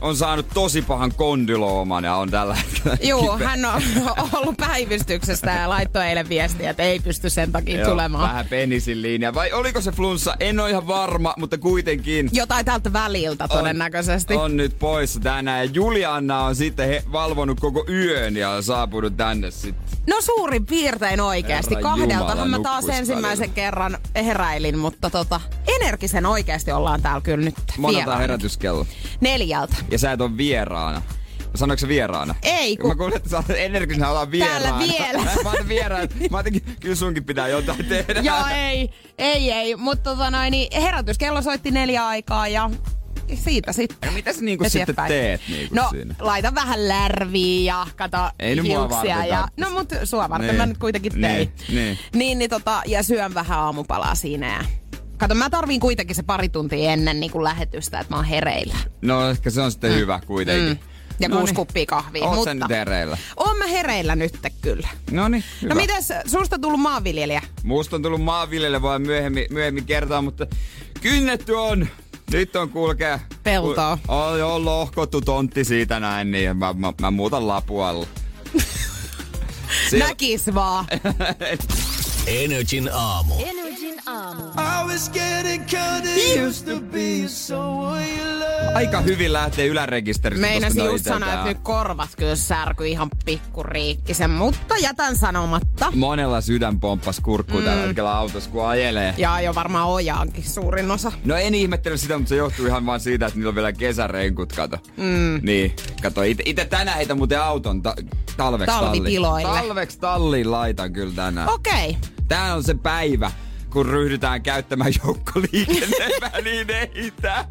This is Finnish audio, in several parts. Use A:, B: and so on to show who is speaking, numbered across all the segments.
A: on saanut tosi pahan kondylooman ja on tällä hetkellä
B: Joo,
A: kipeä.
B: hän on ollut päivystyksestä ja laittoi eilen viestiä, että ei pysty sen takia
A: Joo,
B: Niin tulemaan.
A: Vähän penisin linja. Vai oliko se flunssa? En ole ihan varma, mutta kuitenkin.
B: Jotain tältä väliltä todennäköisesti.
A: On, on nyt poissa tänään. Ja Julianna on sitten he, valvonut koko yön ja on saapunut tänne sitten.
B: No suurin piirtein oikeasti.
A: Herra
B: Kahdeltahan mä
A: Jumala,
B: taas
A: nukkuis
B: ensimmäisen
A: välillä.
B: kerran heräilin, mutta tota, energisen oikeasti ollaan täällä kyllä nyt
A: Monelta
B: vieraana.
A: herätyskello.
B: Neljältä.
A: Ja sä et ole vieraana. Sanoitko sä vieraana?
B: Ei, kun-
A: Mä kuulen, että sä oot energisenä olla vieraana.
B: Täällä vielä.
A: Mä oon vieraana. Mä ajattelin, kyllä sunkin pitää jotain tehdä.
B: Joo, ei, ei, ei. Mutta tota noin, niin herätyskello soitti neljä aikaa ja siitä sitten.
A: No mitäs niinku sitten
B: Eteenpäin.
A: teet niinku
B: no,
A: siinä?
B: laita vähän lärviä ja kato
A: Ei nyt mua
B: hiuksia.
A: varten
B: Ja,
A: tarvitse.
B: no mut sua varten
A: Niin.
B: mä nyt kuitenkin tein.
A: Niin, niin.
B: niin, niin tota, ja syön vähän aamupalaa siinä ja... Kato, mä tarviin kuitenkin se pari tuntia ennen niin kuin lähetystä, että mä oon hereillä.
A: No ehkä se on sitten hyvä kuitenkin.
B: Mm. Ja kuusi kuppia kahvia.
A: No niin. Oot
B: mutta...
A: sä nyt hereillä?
B: Oon mä hereillä nyt kyllä.
A: No niin,
B: No mitäs, susta on tullut maanviljelijä?
A: Musta on tullut maanviljelijä, voi myöhemmin, myöhemmin kertoa, mutta kynnetty on. Nyt on kulkee.
B: Peltoa.
A: Ku- On, on lohkottu tontti siitä näin, niin mä, mä, mä muutan lapualla. Siellä-
B: Näkis vaan.
C: Energin aamu.
A: Aika hyvin lähtee ylärekisteristä.
B: Meinasin
A: tosta
B: just sanoa,
A: noiteltaan.
B: että nyt korvat kyllä särky ihan pikkuriikkisen, mutta jätän sanomatta.
A: Monella sydän pomppas kurkkuun mm. tällä hetkellä autossa, kun ajelee.
B: Ja jo varmaan ojaankin suurin osa.
A: No en ihmettele sitä, mutta se johtuu ihan vaan siitä, että niillä on vielä kesärenkut, kato. Mm. Niin, kato, ite, ite tänään heitä muuten auton ta- talveksi
B: Talvitiloille.
A: talliin. Talveksi talliin laitan kyllä tänään. Oh.
B: Okei. Okay.
A: Tää on se päivä, kun ryhdytään käyttämään niin joukkoliikennevälineitä.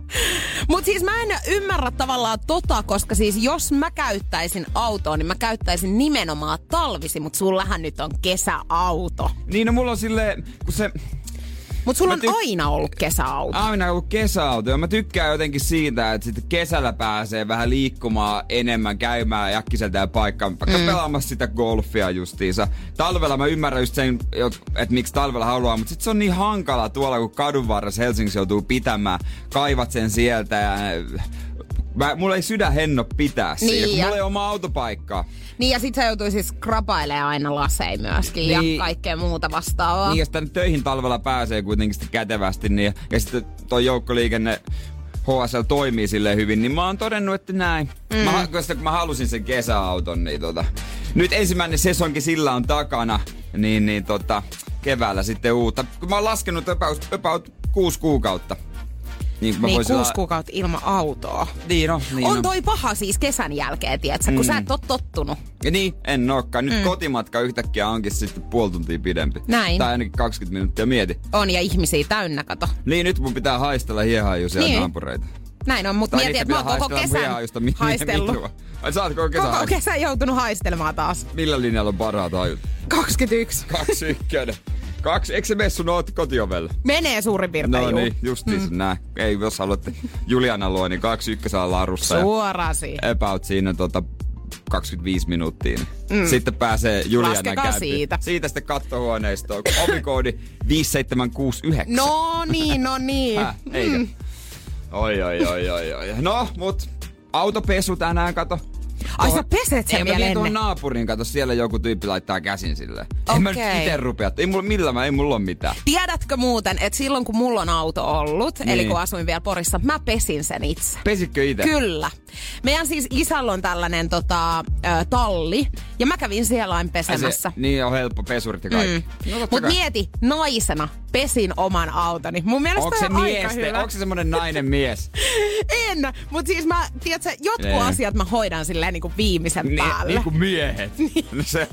B: Mut siis mä en ymmärrä tavallaan tota, koska siis jos mä käyttäisin autoa, niin mä käyttäisin nimenomaan talvisi, mut sullahan nyt on kesäauto.
A: niin, no mulla on silleen, kun se
B: Mut sulla
A: Mä
B: on
A: tyk-
B: aina ollut kesäauto.
A: aina ollut kesäauto ja mä tykkään jotenkin siitä, että sitten kesällä pääsee vähän liikkumaan enemmän, käymään äkkiseltään paikkaan, vaikka mm. pelaamassa sitä golfia justiinsa. Talvella mä ymmärrän just sen, jot- että miksi talvella haluaa, mutta sitten se on niin hankala tuolla, kun kadun varressa Helsingissä joutuu pitämään, kaivat sen sieltä ja... Mä, mulla ei sydän henno pitää siinä,
B: Niin,
A: niin, kun
B: ja-
A: mulla ei oma autopaikkaa.
B: Niin ja sit sä joutuisit skrapailemaan aina lasei myöskin niin. ja
A: Niin.
B: kaikkea muuta vastaavaa.
A: Niin, jos tänne töihin talvella pääsee kuitenkin sitten kätevästi, niin, ja sitten toi joukkoliikenne HSL toimii sille hyvin, niin mä oon todennut, että näin. Mm. Mä, ha- koska mä halusin sen kesäauton, niin tota. Nyt ensimmäinen sesonki sillä on takana, niin, niin tota, keväällä sitten uutta. Kun mä oon laskenut about, about kuusi kuukautta. Niin, kun mä
B: Niin,
A: voisin
B: kuusi
A: la-
B: kuukautta ilman autoa.
A: Niin, no, niin Mm.
B: on
A: no.
B: toi paha siis kesän jälkeen, tietsä, kun sä et oo tottunut.
A: Ja niin, en olekaan. Nyt mm. kotimatka yhtäkkiä onkin sitten puoli tuntia pidempi.
B: Näin.
A: Tai ainakin 20 minuuttia mieti.
B: On ja ihmisiä täynnä, kato.
A: Niin, nyt mun pitää haistella hiehajuisia
B: Niin.
A: niin. naapureita.
B: Näin on, mutta mieti,
A: niitä
B: että mä oon
A: pitää
B: koko
A: haistella
B: kesän
A: hiehajusta, mi- mi-
B: haistellut.
A: mi- mi- Ai sä oot koko kesän
B: Koko
A: haist-
B: kesän joutunut haistelemaan taas.
A: Millä linjalla on parhaat hajut?
B: 21.
A: Kaksi ykkönen. Kaksi, eikö se mene sun oot kotiovelle?
B: Menee suurin piirtein
A: No
B: juu.
A: niin, justiinsa mm. näin. Ei, jos haluatte Juliana luo, niin kaksi ykkösellä larussa. ja
B: Suoraan siihen.
A: about siinä tota 25 minuuttia. Mm. Sitten pääsee Juliana
B: Laskekaa
A: käyntiin.
B: siitä.
A: Siitä sitten kattohuoneistoon. kun Ovikoodi 5769.
B: No niin, no niin.
A: Häh, eikö? Oi, oi, oi, oi, oi. No, mut autopesu tänään, kato.
B: Ai
A: Tuohon-
B: sä peset sen
A: Ei, mä
B: vielä
A: vien tuon
B: ennen.
A: naapurin, kato, siellä joku tyyppi laittaa käsin sille. En mä nyt
B: Okei.
A: ite rupea, ei mulla, millä mä, ei mulla ole mitään.
B: Tiedätkö muuten, että silloin kun mulla on auto ollut, niin. eli
A: Niin.
B: kun asuin vielä Porissa, mä pesin sen itse.
A: Pesitkö itse?
B: Kyllä. Meidän siis isällä on tällainen tota, ö, talli, ja mä kävin siellä aina pesemässä.
A: niin on helppo, pesurit ja
B: Mm.
A: kaikki. No, totta
B: Mut
A: kai.
B: mieti, naisena pesin oman autoni. Mun mielestä
A: Onko se
B: on
A: mies?
B: aika hyvä.
A: Onko se semmonen nainen mies?
B: En, mutta siis mä, tiedätkö, jotkut
A: Niin.
B: asiat mä hoidan silleen niinku viimeisen
A: Ni,
B: päälle.
A: niin kuin miehet. se,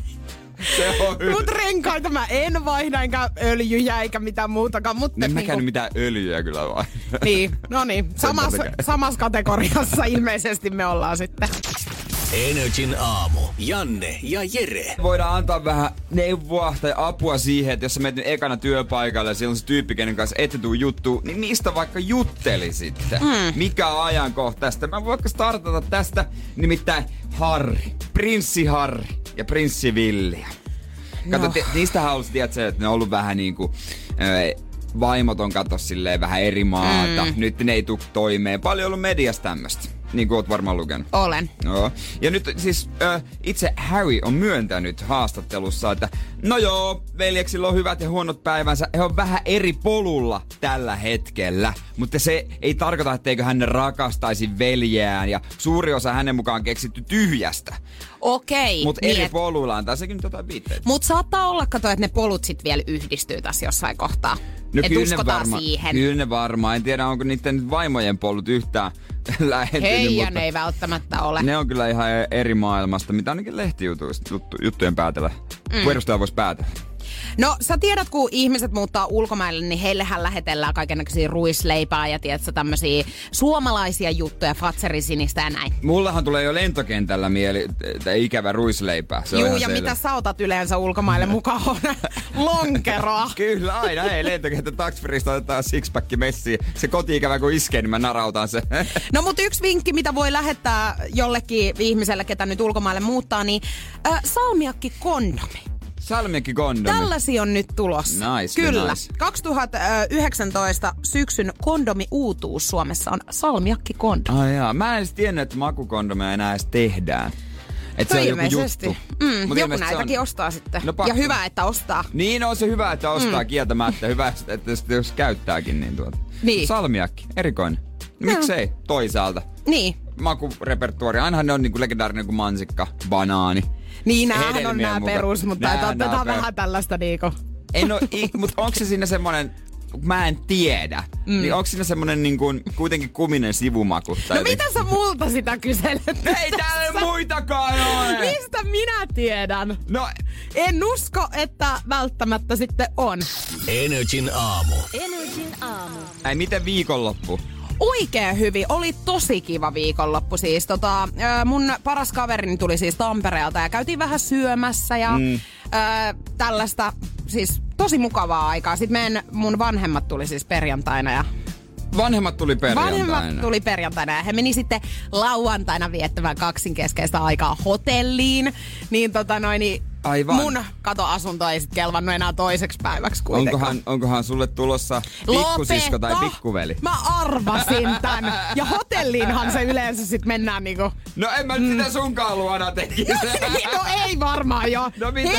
A: se on hyvä.
B: Mut renkaita mä en vaihda, enkä öljyjä, eikä mitään muutakaan. Mutta
A: En mä
B: niinku-
A: käynyt mitään öljyä kyllä vaan.
B: Niin, no niin. Samas,
A: takia.
B: samassa kategoriassa ilmeisesti me ollaan sitten.
C: Energin aamu. Janne ja Jere.
A: Voidaan antaa vähän neuvoa tai apua siihen, että jos sä menet nyt ekana työpaikalle ja siellä on se tyyppi, kenen kanssa ette tuu juttu, niin mistä vaikka juttelisitte? Mm. Mikä on ajankohtaista? Mä voin vaikka startata tästä nimittäin Harri, Prinssi Harri ja Prinssi Villiä. Kato, no. ti- niistähän on tiedätkö, että ne on ollut vähän niinku... Ö, vaimoton kato silleen vähän eri maata. Mm. Nyt ne ei tuu toimeen. Paljon on ollut mediassa tämmöstä. Niin kuin oot varmaan lukenut.
B: Olen.
A: Joo. Ja nyt siis äh, itse Harry on myöntänyt haastattelussa, että no joo, veljeksillä on hyvät ja huonot päivänsä. He on vähän eri polulla tällä hetkellä. Mutta se ei tarkoita, etteikö hän rakastaisi veljeään. Ja suuri osa hänen mukaan keksitty tyhjästä.
B: Okei.
A: Mutta eri
B: Niin, et-
A: polulla on tässäkin nyt jotain viitteitä.
B: Mut saattaa olla, kato, että ne polut sit vielä yhdistyy tässä jossain kohtaa. et uskotaan
A: No varma,
B: siihen.
A: Kyllä ne varmaan. En tiedä, onko niiden vaimojen polut yhtään lähentynyt.
B: Hei, ja
A: mutta
B: ne ei välttämättä ole.
A: ne on kyllä ihan eri maailmasta, mitä ainakin lehtijutuista juttu- juttujen päätellä. Mm. Perustaja voisi päätellä.
B: No sä tiedät, kun ihmiset muuttaa ulkomaille, niin heillehän lähetellään kaikenlaisia ruisleipää ja tiedätkö, tämmöisiä suomalaisia juttuja, fatserisinistä ja näin.
A: Mullahan tulee jo lentokentällä mieli, että ikävä ruisleipää. Se on
B: Juu,
A: ihan
B: ja
A: selvä. Mm.
B: mitä sä otat yleensä ulkomaille mukaan? Lonkeroa.
A: Kyllä, aina. Hei, lentokenttä taksferista otetaan sixpack messiin. Se kotiikävä kun iskee, niin mä narautan se.
B: No mutta yksi vinkki, mitä voi lähettää jollekin ihmiselle, ketä nyt ulkomaille muuttaa, niin äh, salmiakki kondomi.
A: Salmiakki kondomi.
B: Tällaisia on nyt tulossa.
A: No niin. Nice,
B: Kyllä.
A: nice.
B: 2019 syksyn kondomi uutuus Suomessa on salmiakki kondomi.
A: Ai jaa. Mä en edes tiennyt, että makukondomeja enää edes tehdään. Et se on joku juttu.
B: Mm,
A: Mut
B: joku
A: ilmeisesti se
B: näitäkin
A: on-
B: ostaa sitten.
A: No pakko.
B: ja hyvä, että ostaa.
A: Niin on se hyvä, että ostaa mm. kieltämättä. Hyvä, että jos- jos käyttääkin, niin tuota.
B: Niin.
A: Salmiakki, erikoinen. No, miksei toisaalta?
B: Niin.
A: Makurepertuari, ainahan ne on niinku legendaarinen kuin mansikka, banaani.
B: Niin, näähän on
A: Hedelmien
B: nämä
A: muka-
B: perus, mutta
A: Nää-
B: tää, tää,
A: nää
B: tää on
A: per-
B: vähän tällaista niinku.
A: En oo, ik- mut onko se siinä semmonen, mä en tiedä. Mm. Niin onko siinä semmonen niin kuin, kuitenkin kuminen sivumaku? tai
B: No
A: jotenkin? No
B: mitä sä multa sitä kyselet?
A: Ei täällä muitakaan ole!
B: Mistä minä tiedän?
A: No,
B: En usko, että välttämättä sitten on.
C: Energin aamu.
D: Energin aamu.
A: ei miten viikonloppu?
B: Oikein hyvin. Oli tosi kiva viikonloppu siis. Tota, ö, mun paras kaverini tuli siis Tampereelta ja käytiin vähän syömässä ja mm. ö, tällaista siis tosi mukavaa aikaa. Sitten meidän, mun vanhemmat tuli siis perjantaina ja
A: Vanhemmat tuli perjantaina.
B: Vanhemmat tuli perjantaina ja he meni sitten lauantaina viettämään kaksinkeskeistä aikaa hotelliin. Niin tota noin, niin
A: Aivan.
B: mun katoasunto ei sitten kelvannut enää toiseksi päiväksi kuitenkaan.
A: Onkohan, onkohan sulle tulossa pikkusisko tai
B: Lopeta!
A: pikkuveli?
B: Mä arvasin tän. Ja hotelliinhan se yleensä sit mennään niinku...
A: No en mä nyt sitä sunkaan luona tekisi.
B: No ei varmaan joo.
A: No mitä?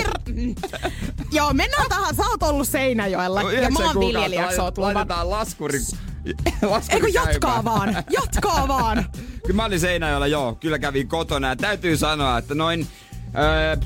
B: Joo, mennään tähän. Sä oot ollut Seinäjoella.
A: No,
B: ja
A: yhdeksän
B: mä oon
A: kuukautta
B: viljelijäksi oot luvannut.
A: Laitetaan laskuri. laskuri
B: Ei kun
A: käymään.
B: jatkaa vaan. Jatkaa vaan.
A: Kyllä mä olin Seinäjoella, joo, kyllä kävin kotona. Ja täytyy sanoa, että noin öö,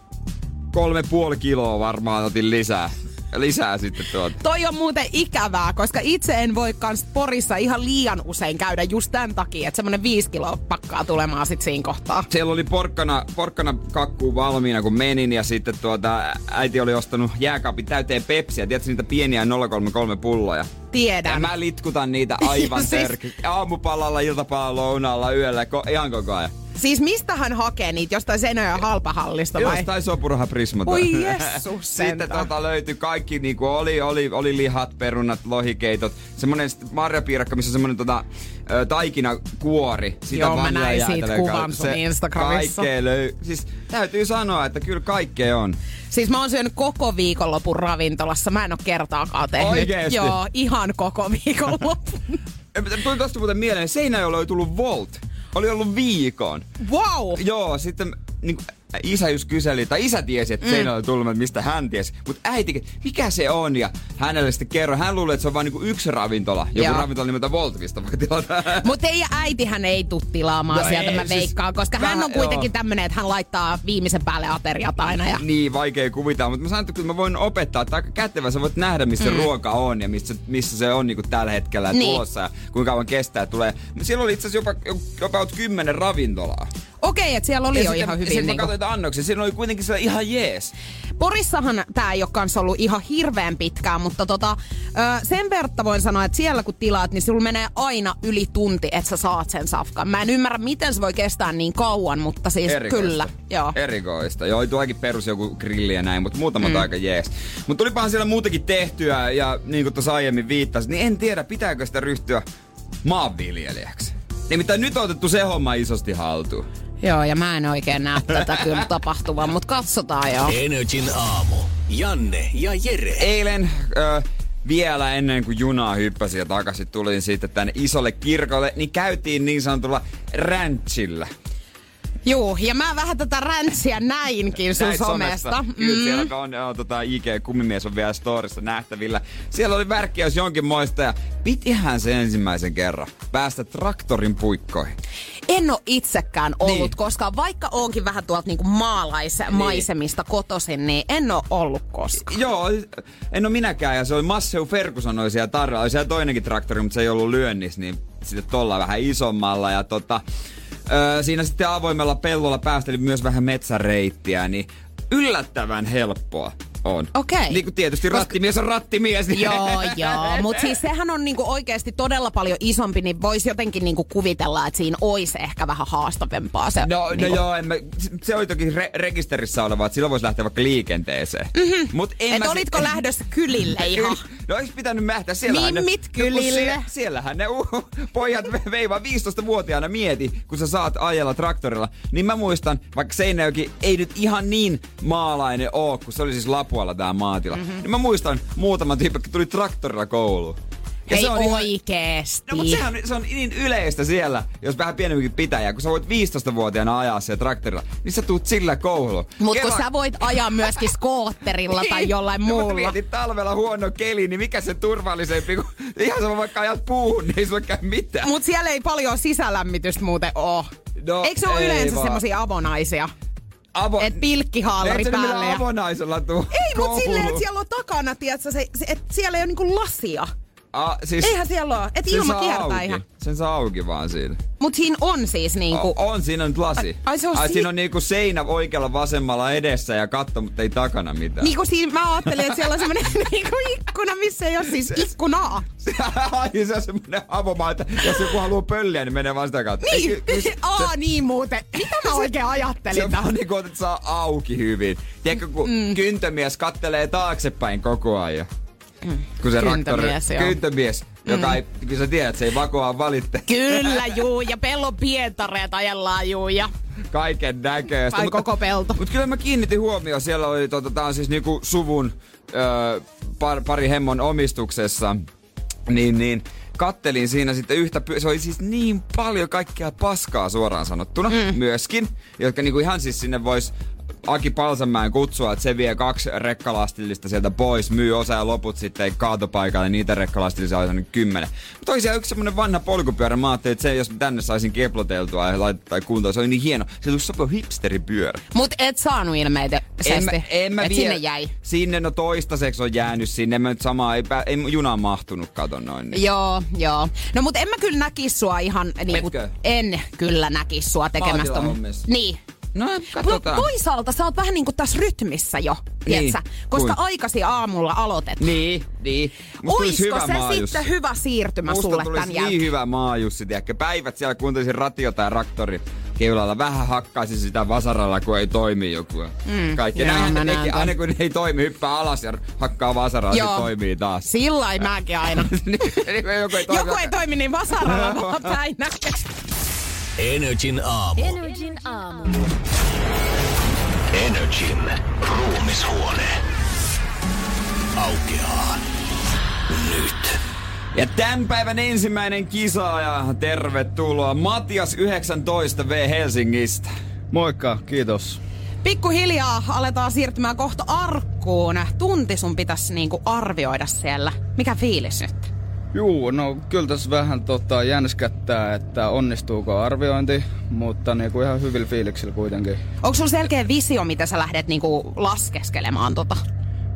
A: 2-3,5 kiloa varmaan otin lisää. Lisää sitten tuota. tuolta.
B: Toi on muuten ikävää, koska itse en voi kans Porissa ihan liian usein käydä just tämän takia, että semmonen viisi kiloa pakkaa tulemaan sit siinä kohtaa.
A: Siellä oli porkkana, porkkana kakku valmiina, kun menin, ja sitten tuota, äiti oli ostanut jääkaapin täyteen pepsiä. Tiedätkö niitä pieniä 033 pulloja? Ja
B: Tiedän.
A: mä litkutan niitä aivan
B: Siis-
A: siis... Aamupalalla, iltapalalla, lounaalla, yöllä, ko- ihan koko ajan.
B: Siis mistä hän hakee niitä? Jostain Seinäjoen halpahallista vai?
A: Jostain sopuraha prisma.
B: Oi jessus
A: Sitten
B: sentään.
A: tota löytyi kaikki, niinku oli, oli, oli lihat, perunat, lohikeitot. Semmonen sit marjapiirakka, missä on semmonen tota, ö, taikinakuori. Sitä
B: Joo, mä
A: vanilaa
B: näin
A: jäätelöä
B: siitä
A: kanssa.
B: kuvan sun
A: Se
B: Instagramissa.
A: Kaikkea löy... Siis täytyy sanoa, että kyllä kaikkea on.
B: Siis mä oon syönyt koko viikonlopun ravintolassa. Mä en oo kertaakaan tehnyt.
A: Oikeesti?
B: Joo, ihan koko viikonlopun.
A: Ö, Tuli tosta muuten mieleen, Seinäjoella oli tullut Volt. Oli ollut viikon.
B: wow!
A: Joo, sitten niin kuin, isä just kyseli, tai isä tiesi, että mm. Seinäjoella tulmat, mistä hän tiesi. Mutta äiti, mikä se on? Ja hänelle sitten kerro. Hän luulee, että se on vain niin yksi ravintola. Joku
B: Joo.
A: Joo. ravintola nimeltä Voltista voi tilata.
B: Mutta ei, äitihän ei tuu tilaamaan no
A: No
B: sieltä,
A: ei,
B: mä
A: siis
B: veikkaan, koska hän
A: vähän-
B: on kuitenkin
A: joo.
B: tämmönen, että hän laittaa viimeisen päälle ateriat aina. Ja...
A: Niin, vaikea kuvitella, mutta mä sanoin, että kyllä mä voin opettaa, että aika kätevä sä voit nähdä, missä mm. ruoka on ja missä, missä se on niin kuin tällä hetkellä
B: Niin.
A: niin. tulossa ja kuinka kauan kestää tulee. Mut Siellä oli itse asiassa jopa, jopa kymmenen ravintolaa.
B: Okei, että siellä oli
A: Ja
B: jo
A: sitten-
B: ihan hyvin.
A: Sitten
B: niinku-
A: mä katsoin niitä annoksia, siinä oli kuitenkin siellä ihan jees.
B: Porissahan tämä ei ole kanssa ollut ihan hirveän pitkään, mutta tota, ö, sen verta voin sanoa, että siellä kun tilaat, niin sulla menee aina yli tunti, että sä saat sen safkan. Mä en ymmärrä, miten se voi kestää niin kauan, mutta siis
A: Erikoista. E-
B: kyllä. Joo.
A: Erikoista. Joo, tuokin perus joku grilli ja näin, mutta muutama mm. aika jees. Mutta tulipahan siellä muutenkin tehtyä ja niin kuin tuossa aiemmin viittasin, niin en tiedä pitääkö sitä ryhtyä maanviljelijäksi. Nimittäin nyt on otettu se homma isosti haltuun.
B: Joo, ja mä en oikein näe tätä kyllä tapahtuvan, mutta katsotaan joo.
A: Niin.
C: Energin aamu. Janne ja Jere.
A: Eilen ö, vielä ennen kuin junaa hyppäsi ja takaisin tulin sitten tänne isolle kirkolle, niin käytiin niin sanotulla ranchilla.
B: Joo, ja mä vähän tätä räntsiä näinkin sun
A: Näit
B: somesta. Mm.
A: Kyllä siellä on, on tota, IG Kummimies on vielä storissa nähtävillä. Siellä oli värkkiäys jonkin moista ja pitihän se ensimmäisen kerran päästä traktorin puikkoihin.
B: En ole itsekään ollut
A: Niin.
B: niin. koskaan, vaikka onkin vähän tuolta niinku maalaismaisemista niin. kotoisin, niin en ole ollut koskaan.
A: Joo, en ole minäkään ja se oli Masseu Ferguson oli siellä tarralla. Oli siellä toinenkin traktori, mutta se ei ollut lyönnissä, niin sitten tolla vähän isommalla ja tota... Öö, siinä sitten avoimella pellolla päästeli myös vähän metsäreittiä, niin yllättävän helppoa on.
B: Okei.
A: Niin kuin tietysti
B: Koska-
A: rattimies on rattimies. niin-
B: Joo, joo. Mutta siis sehän on niinku oikeasti todella paljon isompi, niin voisi jotenkin niinku kuvitella, että siinä olisi ehkä vähän haastavampaa se.
A: No, no
B: niinku-
A: joo, en mä, se oli toki re- rekisterissä oleva, että silloin voisi lähteä vaikka liikenteeseen. Mm-hmm. Mut en
B: Mhm. Et
A: mä si-
B: olitko lähdössä kylille ihan?
A: No olisi pitänyt lähteä siellähän
B: Mimmit
A: ne, no, kun
B: kylille.
A: sie- siellähän ne uh, pojat ve- veiva 15-vuotiaana mieti, kun sä saat ajella traktorilla. Niin mä muistan, vaikka Seinäjoki ei nyt ihan niin maalainen oo, kun se oli siis Lapualla tää maatila.
B: Mhm.
A: Mm-hmm. Niin mä muistan muutaman tyyppi, jotka tuli traktorilla kouluun. Ja
B: Ei
A: se on ihan-
B: oikeesti.
A: No mutta sehän on- se on niin yleistä siellä, jos vähän pienempikin pitää. Kun sä voit 15-vuotiaana ajaa siellä traktorilla, niin sä tuut sillä kouluun.
B: Mutta kun
A: Kela-
B: sä voit ajaa myöskin skootterilla tai jollain
A: Niin, no, Mutta
B: muulla.
A: mietit talvella huono keli, niin mikä se turvallisempi kuin... Ihan sama vaikka ajat puuhun, niin ei sulla käy mitään.
B: Mut siellä ei paljon sisälämmitystä muuten oo.
A: No,
B: Eikö se ole
A: ei
B: yleensä
A: vaan.
B: semmosia avonaisia?
A: Avo...
B: Et pilkkihaalari
A: Eikö se
B: päälle.
A: millä
B: ja-
A: avonaisella tuu
B: Ei, mutta
A: kouluun?
B: silleen, että siellä on takana, tiedätkö, se, se, että siellä ei ole niinku lasia.
A: A, siis
B: Eihän siellä ole, että
A: sen
B: ilma
A: saa
B: kiertää
A: auki.
B: ihan.
A: Sen saa auki vaan siinä.
B: Mutta siinä on siis niinku...
A: O, on, siinä on nyt lasi.
B: Ai- ai se on si-
A: siinä on niinku seinä oikealla vasemmalla edessä ja katto, mutta ei takana mitään.
B: Niinku siinä mä ajattelin, että siellä on semmoinen niinku ikkuna, missä ei ole siis ikkunaa.
A: Ai se on semmonen avomaa, että jos joku haluaa pölliä, niin menee vaan sitä kautta.
B: Niin,
A: Ei, ky- ky-
B: aa niin muuten. Mitä mä oikein
A: Se on
B: ajattelin?
A: vaan niinku, että saa auki hyvin. Tiedätkö, kun mm. kyntömies kattelee taaksepäin koko ajan. Kun se
B: Mm. Kyntömies,
A: raktori,
B: joo. Mm.
A: kyntömies, joka ei, kun sä tiedät, se ei vakoa valitte
B: Kyllä, juu, ja pellon pientareet ajellaan, juu, ja
A: kaiken näköistä.
B: tai koko pelto.
A: Mutta kyllä mä kiinnitin huomioon, siellä oli, tota, tää on siis niinku suvun ö, par, pari hemmon omistuksessa, niin, niin kattelin siinä sitten yhtä, py- se oli siis niin paljon kaikkea paskaa suoraan sanottuna mm. myöskin, jotka niinku ihan siis sinne vois Aki Palsamäen kutsua, että se vie kaksi rekkalastillista sieltä pois, myy osa ja loput sitten kaatopaikalle, niin niitä rekkalastillisia oli sellainen kymmenen. Mutta oli siellä yksi semmonen vanha polkupyörä, mä ajattelin, että se jos mä tänne saisin keploteltua ja laittaa tai kuntoon, se oli niin hieno. Se tuli sopiva hipsteripyörä.
B: Mut et saanut ilmeisesti.
A: En mä, en mä
B: et
A: vie-
B: sinne jäi.
A: Sinne no toistaiseksi on jäänyt sinne. En Mä nyt samaa, ei, pää, ei junaan mahtunut, katon noin. Niin.
B: Joo, joo. No mut en mä kyllä näkis sua ihan... Niinku,
A: Metkö?
B: en kyllä näkis sua tekemästä.
A: Maatilahommissa.
B: Niin.
A: No
B: Mut
A: katsotaan. Niin.
B: toisaalta sä oot vähän niinku tässä rytmissä jo, tietsä? Koska
A: Kuin?
B: aikasi aamulla aloitet.
A: Niin, niin. Musta tulisi
B: Oisko
A: hyvä
B: se
A: maajussi.
B: sitten hyvä siirtymä
A: Musta
B: sulle
A: tulisi
B: tän
A: niin
B: jälkeen?
A: hyvä maajussi, tiedäkö. Päivät siellä kuuntelisin ratiota ja raktori keulalla. Vähän hakkaisin sitä vasaralla, kun ei toimi joku. Mm, Kaikki.
B: joo,
A: Näinhän
B: mä
A: ne
B: näen
A: tekee.
B: ton.
A: Aina kun ne ei toimi, hyppää alas ja hakkaa vasaralla, se toimii taas.
B: Sillä ei mäkin aina.
A: Niin, kun joku ei toimi.
B: Joku ei toimi niin vasaralla vaan päin näkee.
C: Energin aamu.
E: Energin aamu.
C: Energin ruumishuone. Aukeaa. Nyt.
A: Ja tämän päivän ensimmäinen kisaaja, tervetuloa Matias 19 V Helsingistä.
F: Moikka, kiitos.
B: Pikkuhiljaa aletaan siirtymään kohta arkkuun. Tunti sun pitäisi niinku arvioida siellä. Mikä fiilis nyt?
F: Juu, no kyllä tässä vähän tota, jänskättää, että onnistuuko arviointi, mutta niinku ihan hyvillä fiiliksillä kuitenkin.
B: Onko sulla selkeä visio, mitä sä lähdet niinku laskeskelemaan tota?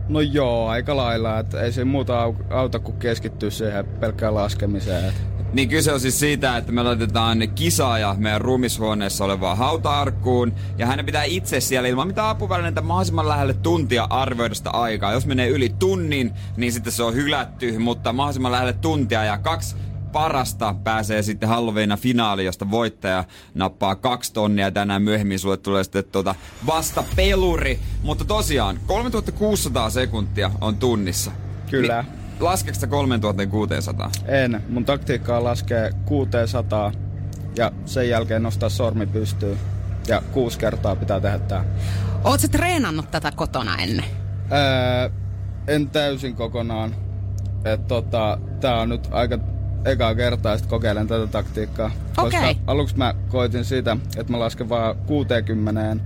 F: No joo, aika lailla, että ei se muuta au- auta kuin keskittyä siihen pelkkään laskemiseen. Et.
A: Niin kyse on siis siitä, että me laitetaan kisaaja meidän ruumishuoneessa olevaan hautaarkkuun. Ja hänen pitää itse siellä ilman mitään apuvälineitä mahdollisimman lähelle tuntia arvioida sitä aikaa. Jos menee yli tunnin, niin sitten se on hylätty, mutta mahdollisimman lähelle tuntia ja kaksi parasta pääsee sitten Halloweenina finaali, josta voittaja nappaa kaksi tonnia. Tänään myöhemmin sulle tulee sitten tuota vasta peluri. Mutta tosiaan, 3600 sekuntia on tunnissa.
F: Kyllä.
A: Ni- Laskeeko sitä 3600?
F: En. Mun taktiikkaa laskee 600 ja sen jälkeen nostaa sormi pystyyn. Ja kuusi kertaa pitää tehdä tää.
B: Oot sä treenannut tätä kotona ennen?
F: Öö, en täysin kokonaan. Et tota, tää on nyt aika ekaa kertaa, ja sit kokeilen tätä taktiikkaa.
B: Okei.
F: Koska aluksi mä koitin sitä, että mä lasken vaan 60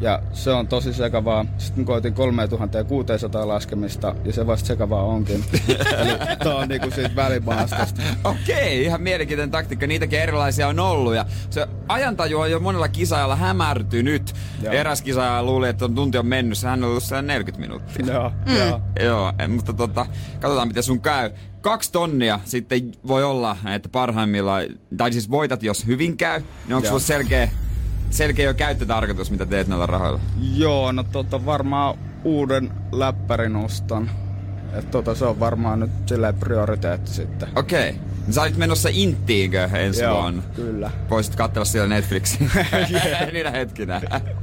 F: ja se on tosi sekavaa. Sitten mä koitin 3600 laskemista ja se vasta sekavaa onkin. Eli tää on niinku siitä välimaastosta.
A: Okei, ihan mielenkiintoinen taktiikka. Niitäkin erilaisia on ollut. Ja se ajantaju on jo monella kisaajalla hämärtynyt.
F: Joo.
A: Eräs kisaaja luuli, että on tunti on mennyt. Hän on ollut siellä 40 minuuttia.
F: Joo, joo.
A: Joo, eh, mutta tota, katsotaan miten sun käy. Kaksi tonnia sitten voi olla, että parhaimmillaan, tai siis voitat jos hyvin käy, niin onko
F: Joo.
A: sulla selkeä, selkeä jo käyttötarkoitus, mitä teet näillä rahoilla?
F: Joo, no tota varmaan uuden läppärin ostan. Et tota se on varmaan nyt silleen prioriteetti sitten.
A: Okei. Okay. Sä olit menossa Inttiinkö ensi
F: Joo,
A: vuonna?
F: kyllä.
A: Voisit katsella siellä Netflixiä niinä hetkinä.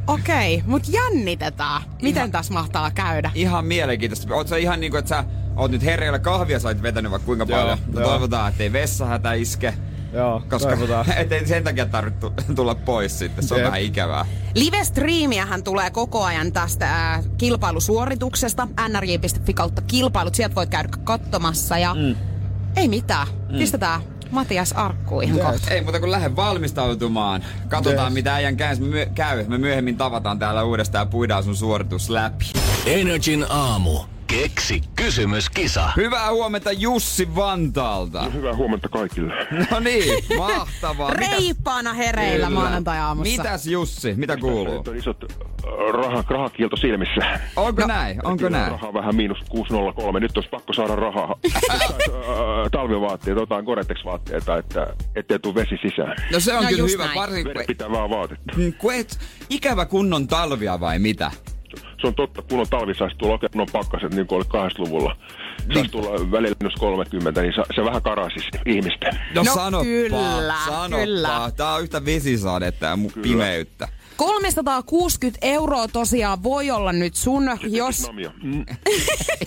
B: Okei, okay, mut jännitetään. Miten Ihan. tässä mahtaa käydä?
A: Ihan mielenkiintoista. Oot sä ihan niinku, että sä oot nyt herreillä kahvia, sä oot vetänyt vaikka kuinka
F: Joo,
A: paljon. Joo,
F: joo.
A: Toivotaan, ettei vessahätä iske.
F: Joo,
A: Koska
F: toivotaan.
A: ettei sen takia tarvitse tu- tulla pois sitten. Se on
F: Jep.
A: vähän ikävää.
B: Live-striimiähän tulee koko ajan tästä äh, kilpailusuorituksesta. nrj.fi kautta kilpailut. Sieltä voit käydä katsomassa ja mm. ei mitään. Mm. Pistetään Matias Arkku ihan
F: Yes.
B: kohta.
A: Ei muuta kuin lähde valmistautumaan. Katsotaan
F: Yes.
A: mitä äijän käynnissä myö- käy. Me myöhemmin tavataan täällä uudestaan ja puidaan sun suoritus läpi.
C: Energin aamu. Keksi kysymys, kisa.
A: Hyvää huomenta Jussi Vantaalta.
E: Hyvää huomenta kaikille.
A: No niin, mahtavaa. Mitäs-
B: Reippaana hereillä
A: Kyllä.
B: maanantai-aamussa.
A: Mitäs Jussi, mitä kuuluu?
E: Nyt on isot äh, raha, rahakielto silmissä.
F: No,
A: Onko näin? Onko
E: Kyllä
A: näin?
E: Rahaa vähän miinus 603. Nyt olisi pakko saada rahaa. Äh, Talvivaatteet, otetaan Goretex-vaatteita, että ettei tule vesi sisään.
A: No se on
B: No
A: kyllä
B: just
A: hyvä,
B: näin.
A: varsinkin
E: Veden
A: kun-
E: pitävää vaatetta.
A: Mm, kun et, ikävä kunnon talvia vai mitä?
E: Se on totta, kun on talvi, saisi tulla oikein kunnon pakkaset, niin kuin oli 80-luvulla. Saisi tulla välillä miinus 30, niin sa- se vähän karasis ihmistä.
A: No,
B: No
A: sanoppa,
B: kyllä,
A: sanoppa.
B: kyllä.
A: Tää on yhtä vesisadetta ja mu- pimeyttä.
B: 360 euroa tosiaan voi olla nyt sun, jos
E: Namio. Mm.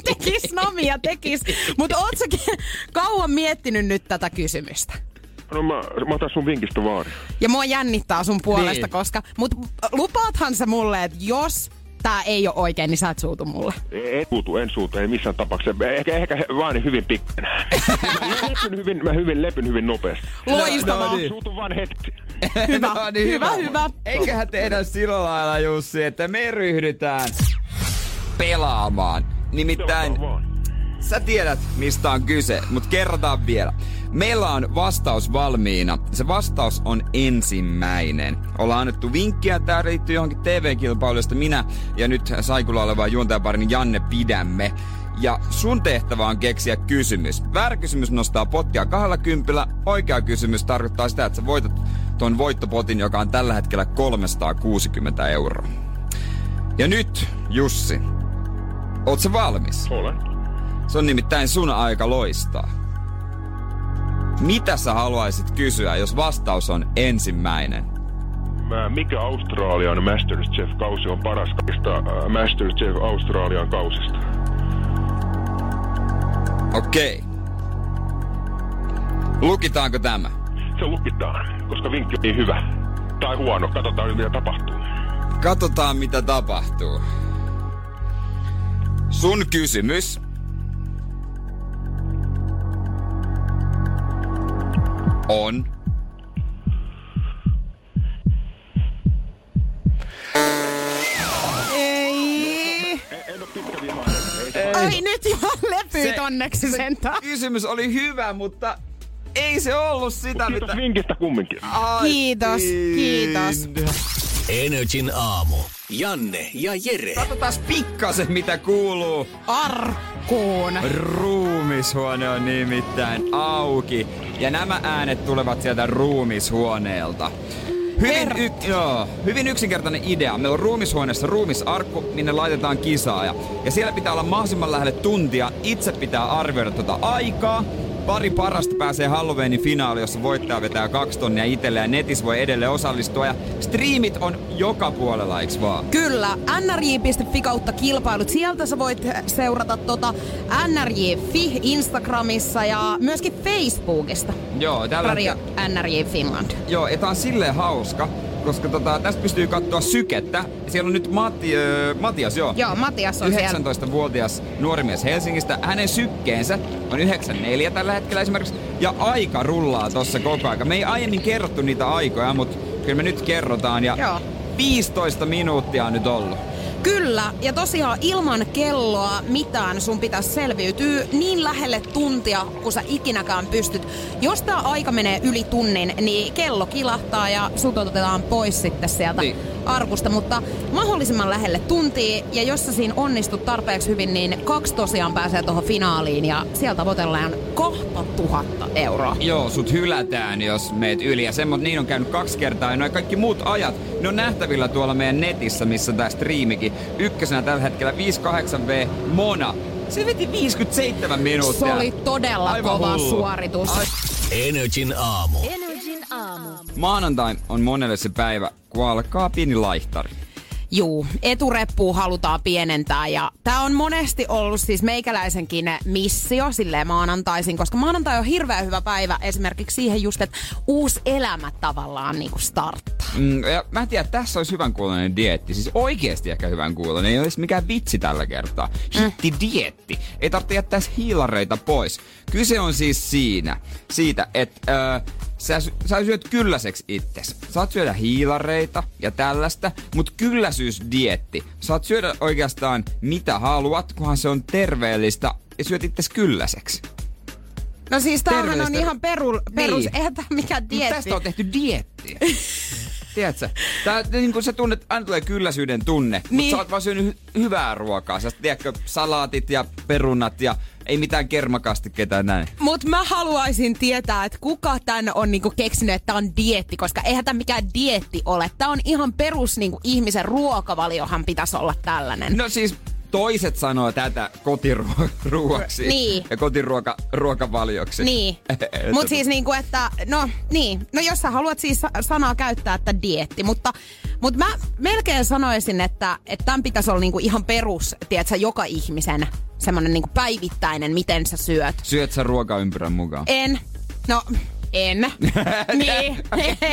B: tekis namia, tekis. Mutta oot sä ke- kauan miettinyt nyt tätä kysymystä?
E: No mä, mä otan sun vinkistä vaari.
B: Ja mua jännittää sun puolesta,
A: Niin.
B: niin. koska... Mut lupaathan sä mulle, että jos tää ei ole oikein, niin sä et suutu mulle.
E: Ei, en suutu, en suutu, ei missään tapauksessa. Ehkä, ehkä he- vaan hyvin pikkuinen. mä, lepyn hyvin, mä hyvin lepyn hyvin nopeasti.
B: Loistavaa.
A: no niin.
E: Suutu vaan hetki.
B: Hyvä,
A: No
B: hyvä, hyvä.
A: Eiköhän tehdä sillä lailla, Jussi, että me ryhdytään pelaamaan. Nimittäin,
E: Pelataan vaan.
A: sä tiedät, mistä on kyse, mutta kerrotaan vielä. Meillä on vastaus valmiina. Se vastaus on ensimmäinen. Ollaan annettu vinkkiä, tämä liittyy johonkin TV-kilpailusta minä ja nyt Saikulla oleva juontajaparin Janne pidämme. Ja sun tehtävä on keksiä kysymys. Väärä kysymys nostaa pottia kahdella kympillä. Oikea kysymys tarkoittaa sitä, että sä voitat ton voittopotin, joka on tällä hetkellä 360 euroa. Ja nyt, Jussi, oot sä valmis?
E: Olen.
A: Se on nimittäin sun aika loistaa. Mitä sä haluaisit kysyä, jos vastaus on ensimmäinen?
E: Mä, mikä Australian Masterchef-kausi on paras kaikista äh, Masterchef Australian kausista?
A: Okei. Lukitaanko tämä?
E: Se lukitaan, koska vinkki on niin hyvä. Tai huono, katsotaan nyt mitä tapahtuu.
A: Katsotaan mitä tapahtuu. Sun kysymys. On.
B: Ei. Ai nyt ihan lepyy onneksi sentään.
A: Kysymys oli hyvä, mutta ei se ollut sitä,
E: Kiitos
A: mitä...
E: vinkistä kumminkin.
A: Ai,
B: Kiitos, kiitos.
C: Energin aamu. Janne ja Jere.
A: Katsotaan pikkasen mitä kuuluu.
B: Arkkuun.
A: Ruumishuone on nimittäin auki. Ja nämä äänet tulevat sieltä ruumishuoneelta. Hyvin, y- joo, hyvin yksinkertainen idea. Meillä on ruumishuoneessa ruumisarkku, minne laitetaan kisaa. Ja, ja siellä pitää olla mahdollisimman lähelle tuntia. Itse pitää arvioida tuota aikaa. Pari parasta pääsee Halloweenin finaali, jossa voittaja vetää kaksi tonnia itselleen ja netis voi edelleen osallistua. Ja striimit on joka puolella, eiks vaan?
B: Kyllä, nrj.fi kautta kilpailut. Sieltä sä voit seurata tota nrj.fi Instagramissa ja myöskin Facebookista.
A: Joo, tällä
B: Radio NRJ Finland.
A: Joo, ja tää on silleen hauska, koska tota, tästä pystyy katsoa sykettä. Siellä on nyt Matti, äh, Matias, joo.
B: Joo, Matias on siellä.
A: 19-vuotias nuori mies Helsingistä. Hänen sykkeensä on 9.4 tällä hetkellä esimerkiksi. Ja aika rullaa tossa koko aika. Me ei aiemmin kerrottu niitä aikoja, mutta kyllä me nyt kerrotaan. Ja
B: Joo.
A: 15 minuuttia on nyt ollut.
B: Kyllä, ja tosiaan ilman kelloa mitään sun pitäisi selviytyä niin lähelle tuntia, kun sä ikinäkään pystyt. Jos tää aika menee yli tunnin, niin kello kilahtaa ja sut otetaan pois sitten sieltä
A: Niin.
B: arkusta. Mutta mahdollisimman lähelle tuntia, ja jos sä siinä onnistut tarpeeksi hyvin, niin kaksi tosiaan pääsee tuohon finaaliin, ja sieltä tavoitellaan kahta tuhatta euroa.
A: Joo, sut hylätään, jos meet yli. Ja semmoinen niin on käynyt kaksi kertaa. Ja noi kaikki muut ajat, ne on nähtävillä tuolla meidän netissä, missä tää striimikin. Ykkösenä tällä hetkellä 58V Mona. Se veti 57 minuuttia.
B: Se oli todella
A: Aivan
B: kova
A: hullu.
B: suoritus.
A: Ai-
C: Energin aamu.
D: Energin aamu.
A: Maanantai on monelle se päivä, kun alkaa pieni laihtari.
B: Juu, etureppua halutaan pienentää ja tämä on monesti ollut siis meikäläisenkin missio silleen maanantaisin, koska maanantai on hirveän hyvä päivä esimerkiksi siihen just, että uusi elämä tavallaan niinku starttaa.
A: Mm, ja mä en tiedä, tässä olisi hyvän kuulonen dietti. Siis oikeasti ehkä hyvän kuulonen. Ei olisi mikään vitsi tällä kertaa. Hitti dietti. Ei tarvitse jättää hiilareita pois. Kyse on siis siinä, siitä, että ö, sä, sy- sä syöt kylläiseksi itses. Saat syödä hiilareita ja tällaista, mutta kylläisyysdietti. Saat syödä oikeastaan mitä haluat, kunhan se on terveellistä ja syöt itses kylläiseksi.
B: No siis tämähän on
A: Terveellistä.
B: ihan peru, perus,
A: Niin.
B: niin. eihän tämä mikään
A: Mut
B: dietti.
A: Tästä on tehty dietti. Tiedätkö? Tää, niin kun sä tunnet, aina tulee kylläisyyden tunne, niin. mutta
B: Niin.
A: sä oot vaan syönyt hy- hyvää ruokaa. Sä tiedätkö, salaatit ja perunat ja ei mitään kermakastikkeita ja näin.
B: Mut mä haluaisin tietää, että kuka tän on niinku keksinyt, että tää on dietti, koska eihän tää mikään dietti ole. Tää on ihan perus niinku ihmisen ruokavaliohan pitäisi olla tällainen.
A: No siis toiset sanoo tätä kotiruoaksi
B: Niin.
A: ja kotiruoka ruokavalioksi.
B: Niin. Mutta siis niinku, että no niin, no jos sä haluat siis sa- sanaa käyttää, että dietti, mutta mut mä melkein sanoisin, että että tämän pitäisi olla niinku ihan perus, tiedätkö, joka ihmisen semmoinen niinku päivittäinen, miten sä syöt.
A: Syöt sä ruokaympyrän mukaan?
B: En, no en, niin,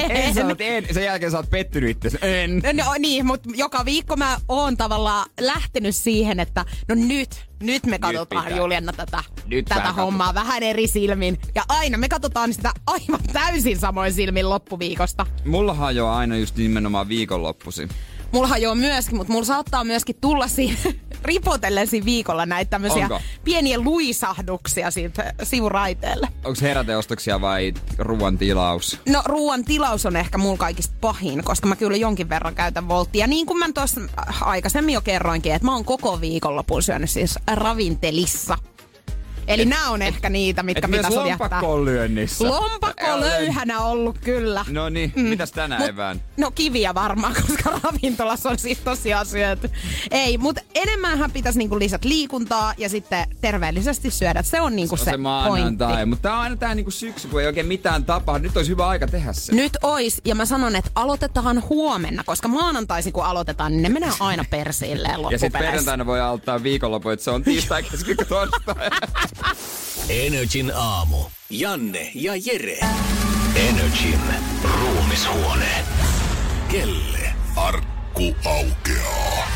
A: En, sä
B: en.
A: oot, en. Sen jälkeen sä oot pettynyt itse. En.
B: No niin, mutta joka viikko mä oon tavallaan lähtenyt siihen, että no nyt, nyt me katsotaan
A: pitää.
B: Juliana tätä,
A: Nyt
B: tätä
A: vähän
B: hommaa vähän eri silmin. Ja aina me katsotaan sitä aivan täysin samoin silmin loppuviikosta.
A: Mulla hajoaa aina just nimenomaan viikonloppusi.
B: Mulla jo myöskin, mutta mulla saattaa myöskin tulla siinä ripotellen siinä viikolla näitä tämmöisiä
A: Onko?
B: pieniä luisahduksia siitä äh, sivuraiteelle.
A: Onko heräteostoksia vai ruoan tilaus?
B: No ruoan tilaus on ehkä mulla kaikista pahin, koska mä kyllä jonkin verran käytän volttia. Niin kuin mä tuossa äh, aikaisemmin jo kerroinkin, että mä oon koko viikonlopun syönyt siis ravintelissa. Eli nämä on ehkä niitä, mitkä
A: myös
B: pitäisi jättää.
A: lompakko on lyönnissä.
B: Lompakko on löyhänä ollut kyllä.
A: No niin, mm. mitäs tänä
B: Mut-
A: evään?
B: No kiviä varmaan, koska ravintolassa on siis tosiaan syöty. Ei, mutta enemmänhän pitäisi niinku lisätä liikuntaa ja sitten terveellisesti syödä. Se on niinku
A: Se,
B: se,
A: se maanantai.
B: pointti.
A: Mutta tää on aina tää niinku syksy, kun ei oikein mitään tapahdu. Nyt olisi hyvä aika tehdä se.
B: Nyt ois, ja mä sanon, että aloitetaan huomenna, koska maanantaisin kun aloitetaan, niin ne menee aina persilleen
A: ja sitten
B: loppupeleissä.
A: perjantaina voi auttaa viikonloppu, että se on tiistai, keskiviikko, torstai.
C: Energin aamu. Janne ja Jere. Energin ruumishuone. Kelle? Arkku aukeaa.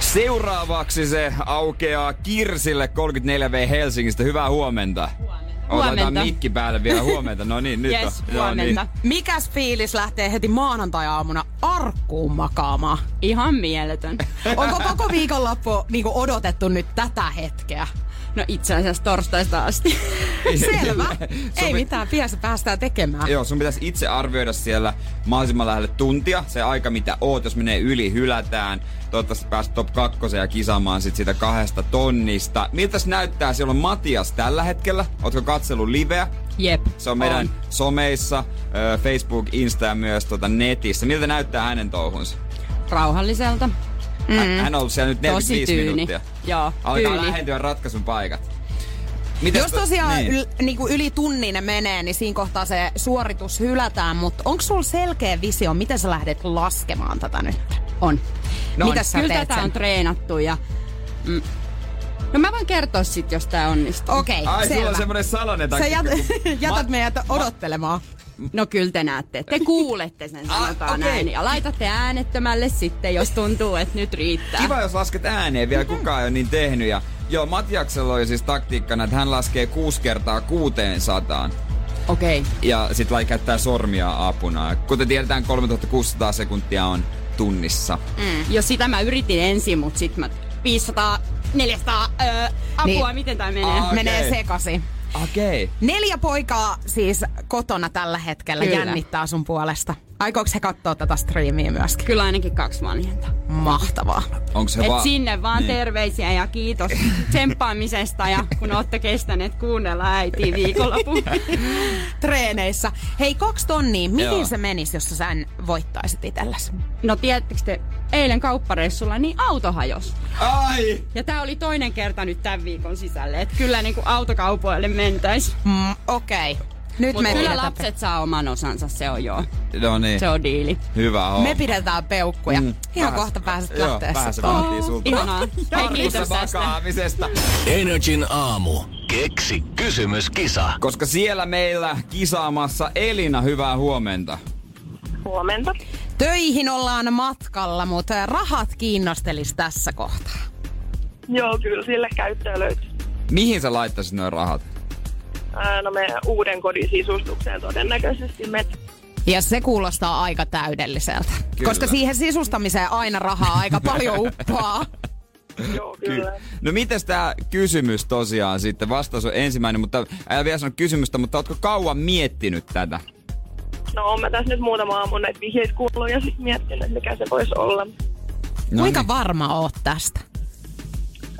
A: Seuraavaksi se aukeaa Kirsille 34V Helsingistä. Hyvää huomenta. Huomenta. Otetaan
B: Huomenta.
A: mikki päälle vielä huomenta. No niin, nyt
B: Yes,
A: on. Joo,
B: huomenta.
A: niin.
B: Mikäs fiilis lähtee heti maanantai-aamuna arkkuun makaamaan?
G: Ihan mieletön.
B: Onko koko viikonloppu niin odotettu nyt tätä hetkeä?
G: No itse asiassa torstaista asti.
B: Selvä.
A: Se on mi-
B: Ei mitään, pian se päästään tekemään.
A: Joo, sun pitäisi itse arvioida siellä mahdollisimman lähelle tuntia se aika, mitä oot. Jos menee yli, hylätään. Toivottavasti pääset top kakkoseen ja kisaamaan sit siitä kahdesta tonnista. Miltäs näyttää? Siellä on Matias tällä hetkellä. Ootko katsellut liveä?
G: Jep.
A: Se on meidän
G: On.
A: someissa, ö, Facebook, Insta ja myös tota netissä. Miltä näyttää hänen touhunsa?
G: Rauhalliselta.
A: Mm. Hän on ollut siellä nyt
G: Tosi
A: 45
G: tyyni.
A: minuuttia.
G: Joo,
A: Alkaa
G: tyyni.
A: lähentyä ratkaisun paikat. Mites
B: Jos
A: to-
B: tosiaan niin. yl, niin kuin yli tunninen menee, niin siinä kohtaa se suoritus hylätään, mutta onko sulla selkeä visio, miten sä lähdet laskemaan tätä nyt?
G: On.
B: No, Mitä sä
G: Kyllä
B: teet
G: tätä
B: sen?
G: on treenattu ja... Mm. No mä voin kertoa sit, jos tää onnistuu.
B: Okei, okay,
A: Ai, sulla
B: selvä.
A: on semmonen salainen
B: Sä
A: taktiikka,
B: jät,
A: kun-
B: jätät
A: Ma-
B: meidät odottelemaan.
G: No kyllä te näette. Te kuulette sen,
A: Ah,
G: sanotaan
A: okei.
G: näin. Ja laitatte äänettömälle sitten, jos tuntuu, että Mm-hmm. nyt riittää.
A: Kiva, jos lasket ääneen. Vielä kukaan ei ole niin tehnyt. Ja, joo, Matiaksella oli siis taktiikkana, että hän laskee 6 kertaa 600
G: Okei. Okay.
A: ja sit lai käyttää sormia apuna. Kuten tiedetään, 3600 sekuntia on tunnissa.
G: Mm. Jos sitä mä yritin ensin, mut sit mä 500, 400, öö, apua,
B: Niin.
G: niin. miten tää menee?
A: Aa.
B: Okay.
A: Ah, Okei.
B: Menee sekasi.
A: Okei. Okay.
B: Neljä poikaa siis kotona tällä hetkellä
G: Kyllä.
B: jännittää sun puolesta. Aikooko he katsoa tätä striimiä myöskin?
G: Kyllä ainakin kaksi vanhinta.
B: No Mahtavaa.
A: Onko se
G: Et
A: vaan...
G: sinne vaan
A: Niin.
G: niin. terveisiä ja kiitos tsemppaamisesta ja kun olette kestäneet kuunnella äitiä viikonlopun.
B: Treeneissä. Hei, kaksi tonnia. Miten
A: Joo.
B: se menisi, jos sä sen voittaisit itsellesi?
G: No tiedättekö te, eilen kauppareissulla niin auto hajos.
A: Ai!
G: Ja tää oli toinen kerta nyt tämän viikon sisälle, että kyllä niinku autokaupoille mentäis.
B: Mm, Okei. Okay. Nyt
G: Mutta
B: me
G: kyllä
B: pidetään,
G: lapset saa oman osansa, se on joo.
A: No niin.
G: Se on diili.
A: Hyvä homma.
B: me pidetään peukkuja. Mm, Ihan
A: Pääs-
B: kohta pääset
A: Joo,
B: lähteä
A: pääse
B: sieltä.
A: vaatii sulta.
G: Oh, Ihanaa. Hei, kiitos
A: Tarkussa
G: tästä.
A: makaamisesta.
C: Energin aamu. Keksi kysymys, kisa.
A: Koska siellä meillä kisaamassa Elina, hyvää huomenta.
H: Huomenta.
B: Töihin ollaan matkalla, mutta rahat kiinnostelis tässä kohtaa.
H: Joo, kyllä sille käyttöä löytyy.
A: Mihin sä laittaisit noin rahat?
H: Ää, No me uuden kodin sisustukseen todennäköisesti me
B: Ja se kuulostaa aika täydelliseltä.
A: Kyllä.
B: Kyllä. Koska siihen sisustamiseen aina rahaa aika paljon uppoaa.
H: Joo, kyllä.
A: No mites tää kysymys tosiaan sitten? Vastaus on ensimmäinen, mutta älä vielä sano kysymystä, mutta ootko kauan miettinyt tätä?
H: No oon mä tässä nyt muutama aamu näitä vihjeitä kuullut ja sitten miettinyt, että mikä se voisi olla.
A: No
B: Kuinka
A: niin.
B: varma oot tästä?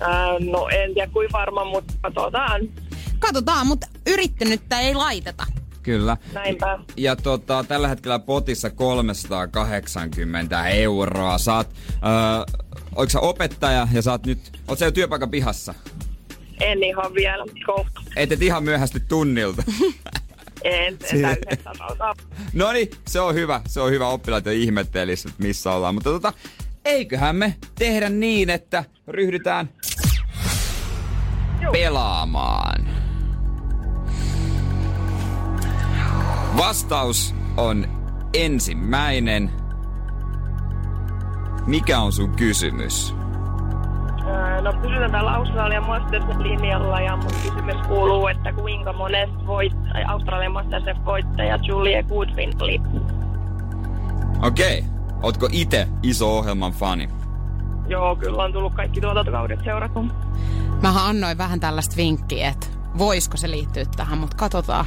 H: Ää, No en tiedä kuin varma, mutta katsotaan.
B: Katsotaan, mutta yrittänyttä ei laiteta.
A: Kyllä.
H: Näinpä.
A: Ja tota, tällä hetkellä potissa 380 euroa. Saat, öö, ootko sä opettaja ja saat nyt, oot sä jo työpaikan pihassa?
H: En ihan vielä, mutta kohta.
A: Et, et ihan myöhästy tunnilta.
H: En, en täysin sanotaan.
A: No niin, se on hyvä. Se on hyvä oppilaat ja ihmettelis, että missä ollaan. Mutta tota, eiköhän me tehdä niin, että ryhdytään pelaamaan. Vastaus on ensimmäinen. Mikä on sun kysymys?
H: Ää, No pysytään Australian Mastersen linjalla ja mun kysymys kuuluu, että kuinka monet voit, ai, Australian Mastersen voittaja Julia Goodwin oli.
A: Okei, ootko itse iso ohjelman fani?
H: Joo, kyllä on tullut kaikki tuotantokaudet seuratun.
B: Mä annoin vähän tällaista vinkkiä, että voisiko se liittyä tähän, mutta katsotaan.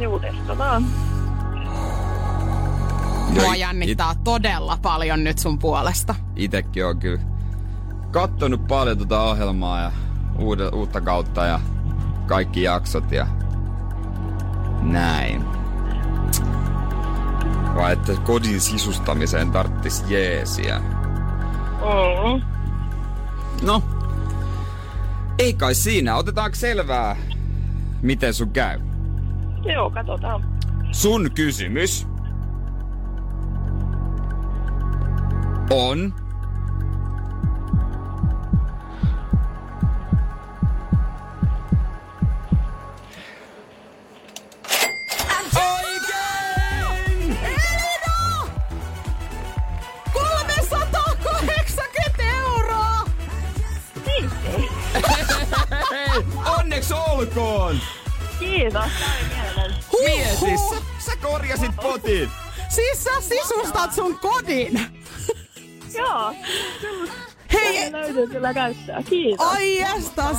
H: Juu, testataan.
B: Mua
A: it-
B: jännittää todella paljon nyt sun puolesta.
A: itekin on kyllä kattonut paljon tuota ohjelmaa ja uude, uutta kautta ja kaikki jaksot ja näin. Vai että kodin sisustamiseen tarttis jeesiä.
H: Mm.
A: No, ei kai siinä. Otetaanko selvää, miten sun käy?
H: Joo, katsotaan.
A: Sun kysymys on... Oikein!
B: 380 euroa!
A: Onneksi olkoon!
H: Kiitos, tämä oli mielenkiintoista.
A: Mieti, sä, sä korjasit potin.
B: Siis sä sisustat sun kodin.
H: Joo,
B: Hei,
H: tämä löytyy kyllä käyttää. Kiitos.
B: ai jestas.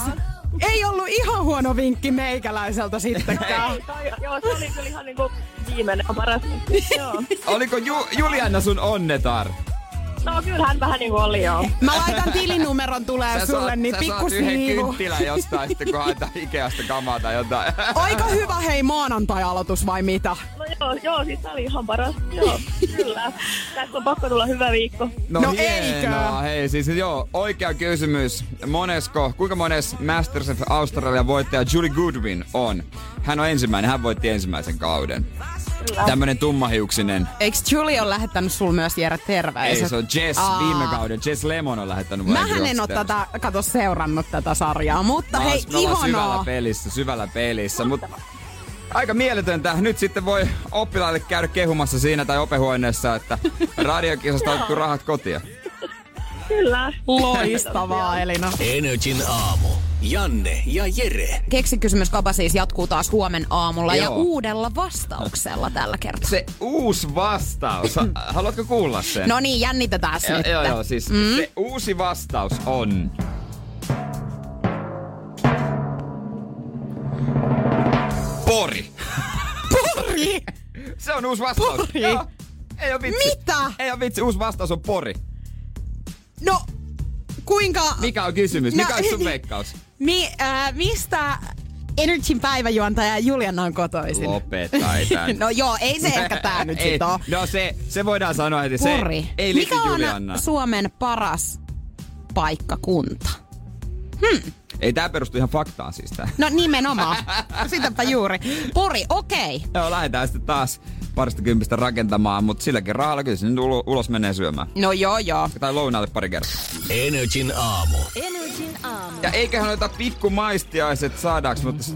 B: Ei ollut ihan huono vinkki meikäläiseltä sittenkään.
H: Toi, joo, se oli kyllä ihan niinku viimeinen ja paras. joo.
A: Oliko Ju, Juliana sun onnetar?
H: No kyllähän vähän niinku oli joo.
B: Mä laitan tilinumeron tulee
A: Sä
B: sulle,
A: saat-
B: niin
A: sä
B: pikku
A: saat yhden
B: siivu.
A: kynttilän jostain, sitten kun haetaan Ikeasta kamaa tai jotain.
B: Oiko hyvä hei maanantai-aloitus vai mitä?
H: No joo, joo, siis tää oli ihan paras. Joo, kyllä. Tästä on pakko tulla hyvä viikko.
B: No
A: hienoa. Hei, siis joo, oikea kysymys. Monesko, kuinka mones Masters of Australian voittaja Julie Goodwin on? Hän on ensimmäinen, hän voitti ensimmäisen kauden. Tämmönen tummahiuksinen.
B: Eiks Julie on lähettänyt sul myös Jere terveiset?
A: Ei, se on Jess
B: Aa.
A: viime kauden. Jess Lemon on lähettänyt mulle
B: Mähän en oo
A: viestejä.
B: tätä, kato, seurannut tätä sarjaa,
A: Mä
B: mutta
A: oon-
B: hei,
A: me ollaan syvällä
B: ihanaa.
A: pelissä, syvällä pelissä, mutta aika mieletöntä. Nyt sitten voi oppilaille käydä kehumassa siinä tai opehuoneessa, että radiokisasta on otettu rahat kotia.
H: Kyllä.
B: Loistavaa, Elina.
C: Energin aamu. Janne ja Jere.
B: Keksikysymyskapa siis jatkuu taas huomen aamulla ja
A: Joo.
B: uudella vastauksella tällä kertaa.
A: Se uusi vastaus, Ha- haluatko kuulla sen?
B: No niin, jännitetään
A: joo,
B: nyt.
A: joo, joo, siis
B: Mm.
A: se uusi vastaus on... Pori. siis-
B: Pori!
A: Se on uusi vastaus.
B: Pori?
A: Joo. Ei oo vitsi.
B: Mitä?
A: Ei oo vitsi, uusi vastaus on pori.
B: No, kuinka...
A: Mikä on kysymys? Mikä
B: No,
A: on sun
B: niin.
A: veikkaus?
B: Mi, äh, mistä Energin päiväjuontaja Juliana on kotoisin?
A: Lopeta ei tää nyt.
B: No joo, ei se ehkä tää nyt sit oo.
A: No se, se voidaan sanoa heti. Se,
B: Pori.
A: ei liity
B: Mikä on
A: Juliannaan.
B: Suomen paras paikkakunta?
A: Ei tää perustu ihan faktaan siis tää.
B: No nimenomaan. Sitäpä juuri. Pori, okei.
A: Joo, lähdetään sitten taas parista kympistä rakentamaan, mutta silläkin rahalla kyllä se nyt ulo- ulos menee syömään.
B: No joo joo.
A: Tai lounaalle pari kertaa.
C: Energin aamu.
A: Ja eiköhän noita pikkumaistiaiset saadaaks, mutta... s-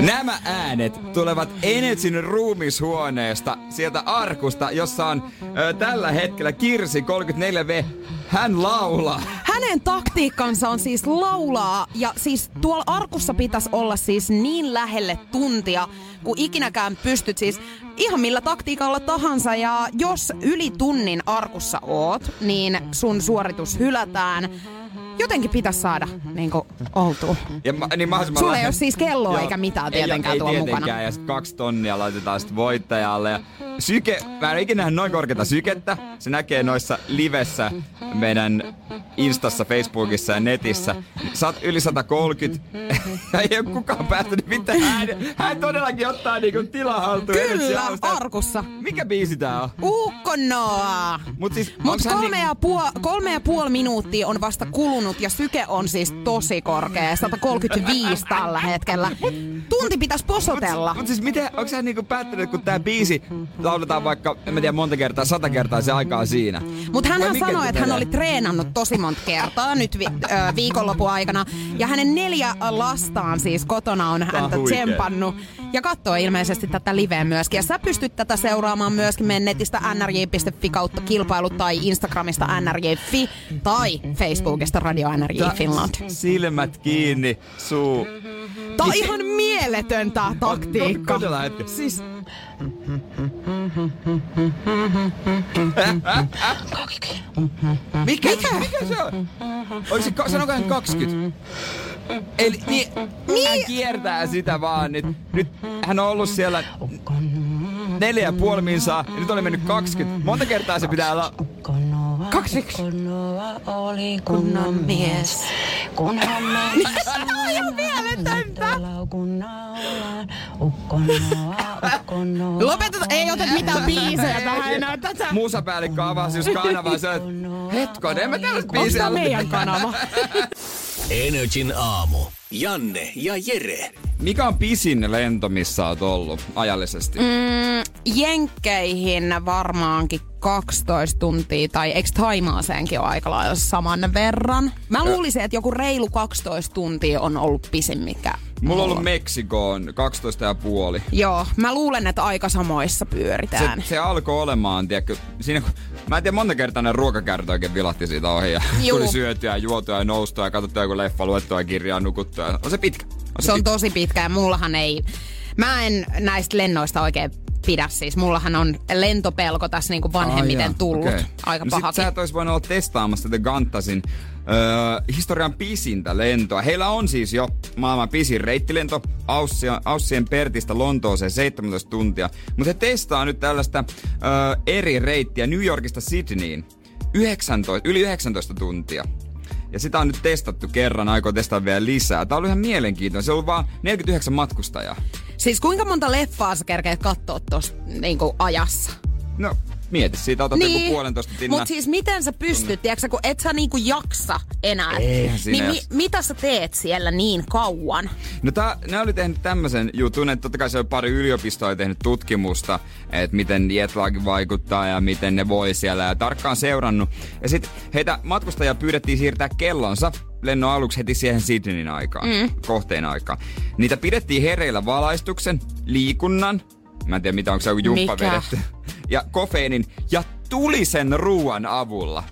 A: Nämä äänet tulevat Enetsin ruumishuoneesta, sieltä arkusta, jossa on ö, tällä hetkellä Kirsi 34V. Hän laulaa.
B: Hänen taktiikkansa on siis laulaa ja siis tuolla arkussa pitäisi olla siis niin lähelle tuntia, kun ikinäkään pystyt siis ihan millä taktiikalla tahansa ja jos yli tunnin arkussa oot, niin sun suoritus hylätään. Jotenkin pitäisi saada niin oltu.
A: Ja, ma- niin mahdollisimman
B: Sulla ei
A: lähellä-
B: oo siis kelloa eikä mitään
A: ei-
B: tietenkään
A: ei,
B: tuolla
A: tietenkään.
B: mukana.
A: Ja sit kaksi tonnia laitetaan sit voittajalle. Ja syke, mä en ole ikinä nähnyt noin korkeata sykettä. Se näkee noissa livessä meidän Instassa, Facebookissa ja netissä. Sä oot yli 130 ja ei ole kukaan päästänyt mitään. Hän, hän todellakin ottaa niinku tilaa haltuun.
B: Kyllä,
A: Energy Aamusta.
B: arkussa.
A: Mikä biisi tää on?
B: Uukko Noa!
A: Mut siis,
B: Mut
A: onks hän
B: kolme,
A: niin-
B: ja puol, kolme ja puoli minuuttia on vasta kulunut ja syke on siis tosi korkea. 135 tällä hetkellä. Tunti pitäisi posotella.
A: Mutta siis miten, onko sä niinku päättänyt, kun tää biisi lauletaan vaikka, en mä tiedä, monta kertaa, sata kertaa se aikaa siinä?
B: Mutta hän
A: Vai mikä
B: sanoi, että hän
A: tulee?
B: oli treenannut tosi monta kertaa nyt vi- ö, viikonlopun aikana. Ja hänen neljä lastaan siis kotona
A: on
B: on häntä
A: huikea.
B: tsempannut. Ja katsoo ilmeisesti tätä liveä myöskin. Ja sä pystyt tätä seuraamaan myöskin meidän netistä nrj.fi kautta kilpailu tai Instagramista nrj.fi tai Facebookista Radio NRJ Finland.
A: Ta- Silmät kiinni, suu.
B: Tää on ihan mieletön tää taktiikka.
A: Todella hetkessä.
B: Siis
A: Mikä? Mikä? Mikä se on? Oliko se, ka- sanoiko hän 20? Eli niin, hän kiertää sitä vaan nyt. Nyt hän on ollut siellä neljä ja puoli minsaa, ja nyt oli mennyt 20. Monta kertaa se pitää olla... Kaksiksi.
I: oli kunnon mies, kunhan me
B: ihan mieletöntä.
I: laukunnaulaan. Ukkonoa, ukkonoa,
B: Lopeteta, ei ota mitään biisejä tähän no, enää. Tätä
A: Muusapäällikkö avasi just kanavaa, se on, hetkon, en mä tällaista
B: Onks
A: biisiä
B: tää
A: ollut.
B: meidän kanava?
C: Energin aamu. Janne ja Jere.
A: Mikä on pisin lento, missä oot ollut ajallisesti?
B: Mm. Jenkkeihin varmaankin 12 tuntia, tai eikö Taimaaseenkin ole aika lailla saman verran? Mä luulisin, että joku reilu 12 tuntia on ollut pisin, mikä
A: Mulla on ollut Meksikoon 12 ja puoli.
B: Joo, mä luulen, että aika samoissa
A: Se,
B: pyöritään.
A: se alkoi olemaan, tiedätkö, siinä kun, mä en tiedä monta kertaa ne ruokakäärät oikein vilahti siitä ohi ja
B: Juu.
A: tuli syötyä, juotua ja noustua ja katsottua joku leffa, luettua kirjaa, nukuttua. On se pitkä. On
B: Se on
A: pitkä.
B: tosi pitkä ja mullahan ei... Mä en näistä lennoista oikein pidä siis. Mullahan on lentopelko tässä niinku vanhemmiten
A: Ai jaa,
B: tullut.
A: okei.
B: Aika
A: no
B: paha.
A: Sit sä et ois voinut olla testaamassa tätä Ganttasin öö, historian pisintä lentoa. Heillä on siis jo maailman pisin reittilento Aussia, Aussien Pertistä Lontooseen 17 tuntia. Mutta he testaa nyt tällaista öö, eri reittiä New Yorkista Sydneyin 19, yli 19 tuntia. Ja sitä on nyt testattu kerran, aikoo testaa vielä lisää. Tää on ollut ihan mielenkiintoinen. Se on ollut vaan 49 matkustajaa.
B: Siis kuinka monta leffaa sä kerkeet katsoa tuossa niinku ajassa?
A: No, mieti, siitä otat niin. joku puolentoista tinnan.
B: Mutta siis miten sä pystyt, tiedätkö, sä, kun et sä niinku jaksa enää.
A: Eihän siinä
B: niin mi-
A: jaksa.
B: mitä sä teet siellä niin kauan?
A: No tää, ne oli tehnyt tämmöisen jutun, että totta kai se oli pari yliopistoa tehnyt tutkimusta, että miten jetlag vaikuttaa ja miten ne voi siellä ja tarkkaan seurannut. Ja sit heitä matkustajia pyydettiin siirtää kellonsa lennon aluksi heti siihen Sydneyin aikaan, mm. kohteen aikaan. Niitä pidettiin hereillä valaistuksen, liikunnan, mä en tiedä mitä, onko se joku jumppa
B: Mikä?
A: vedetty, ja kofeiinin ja tulisen ruoan avulla.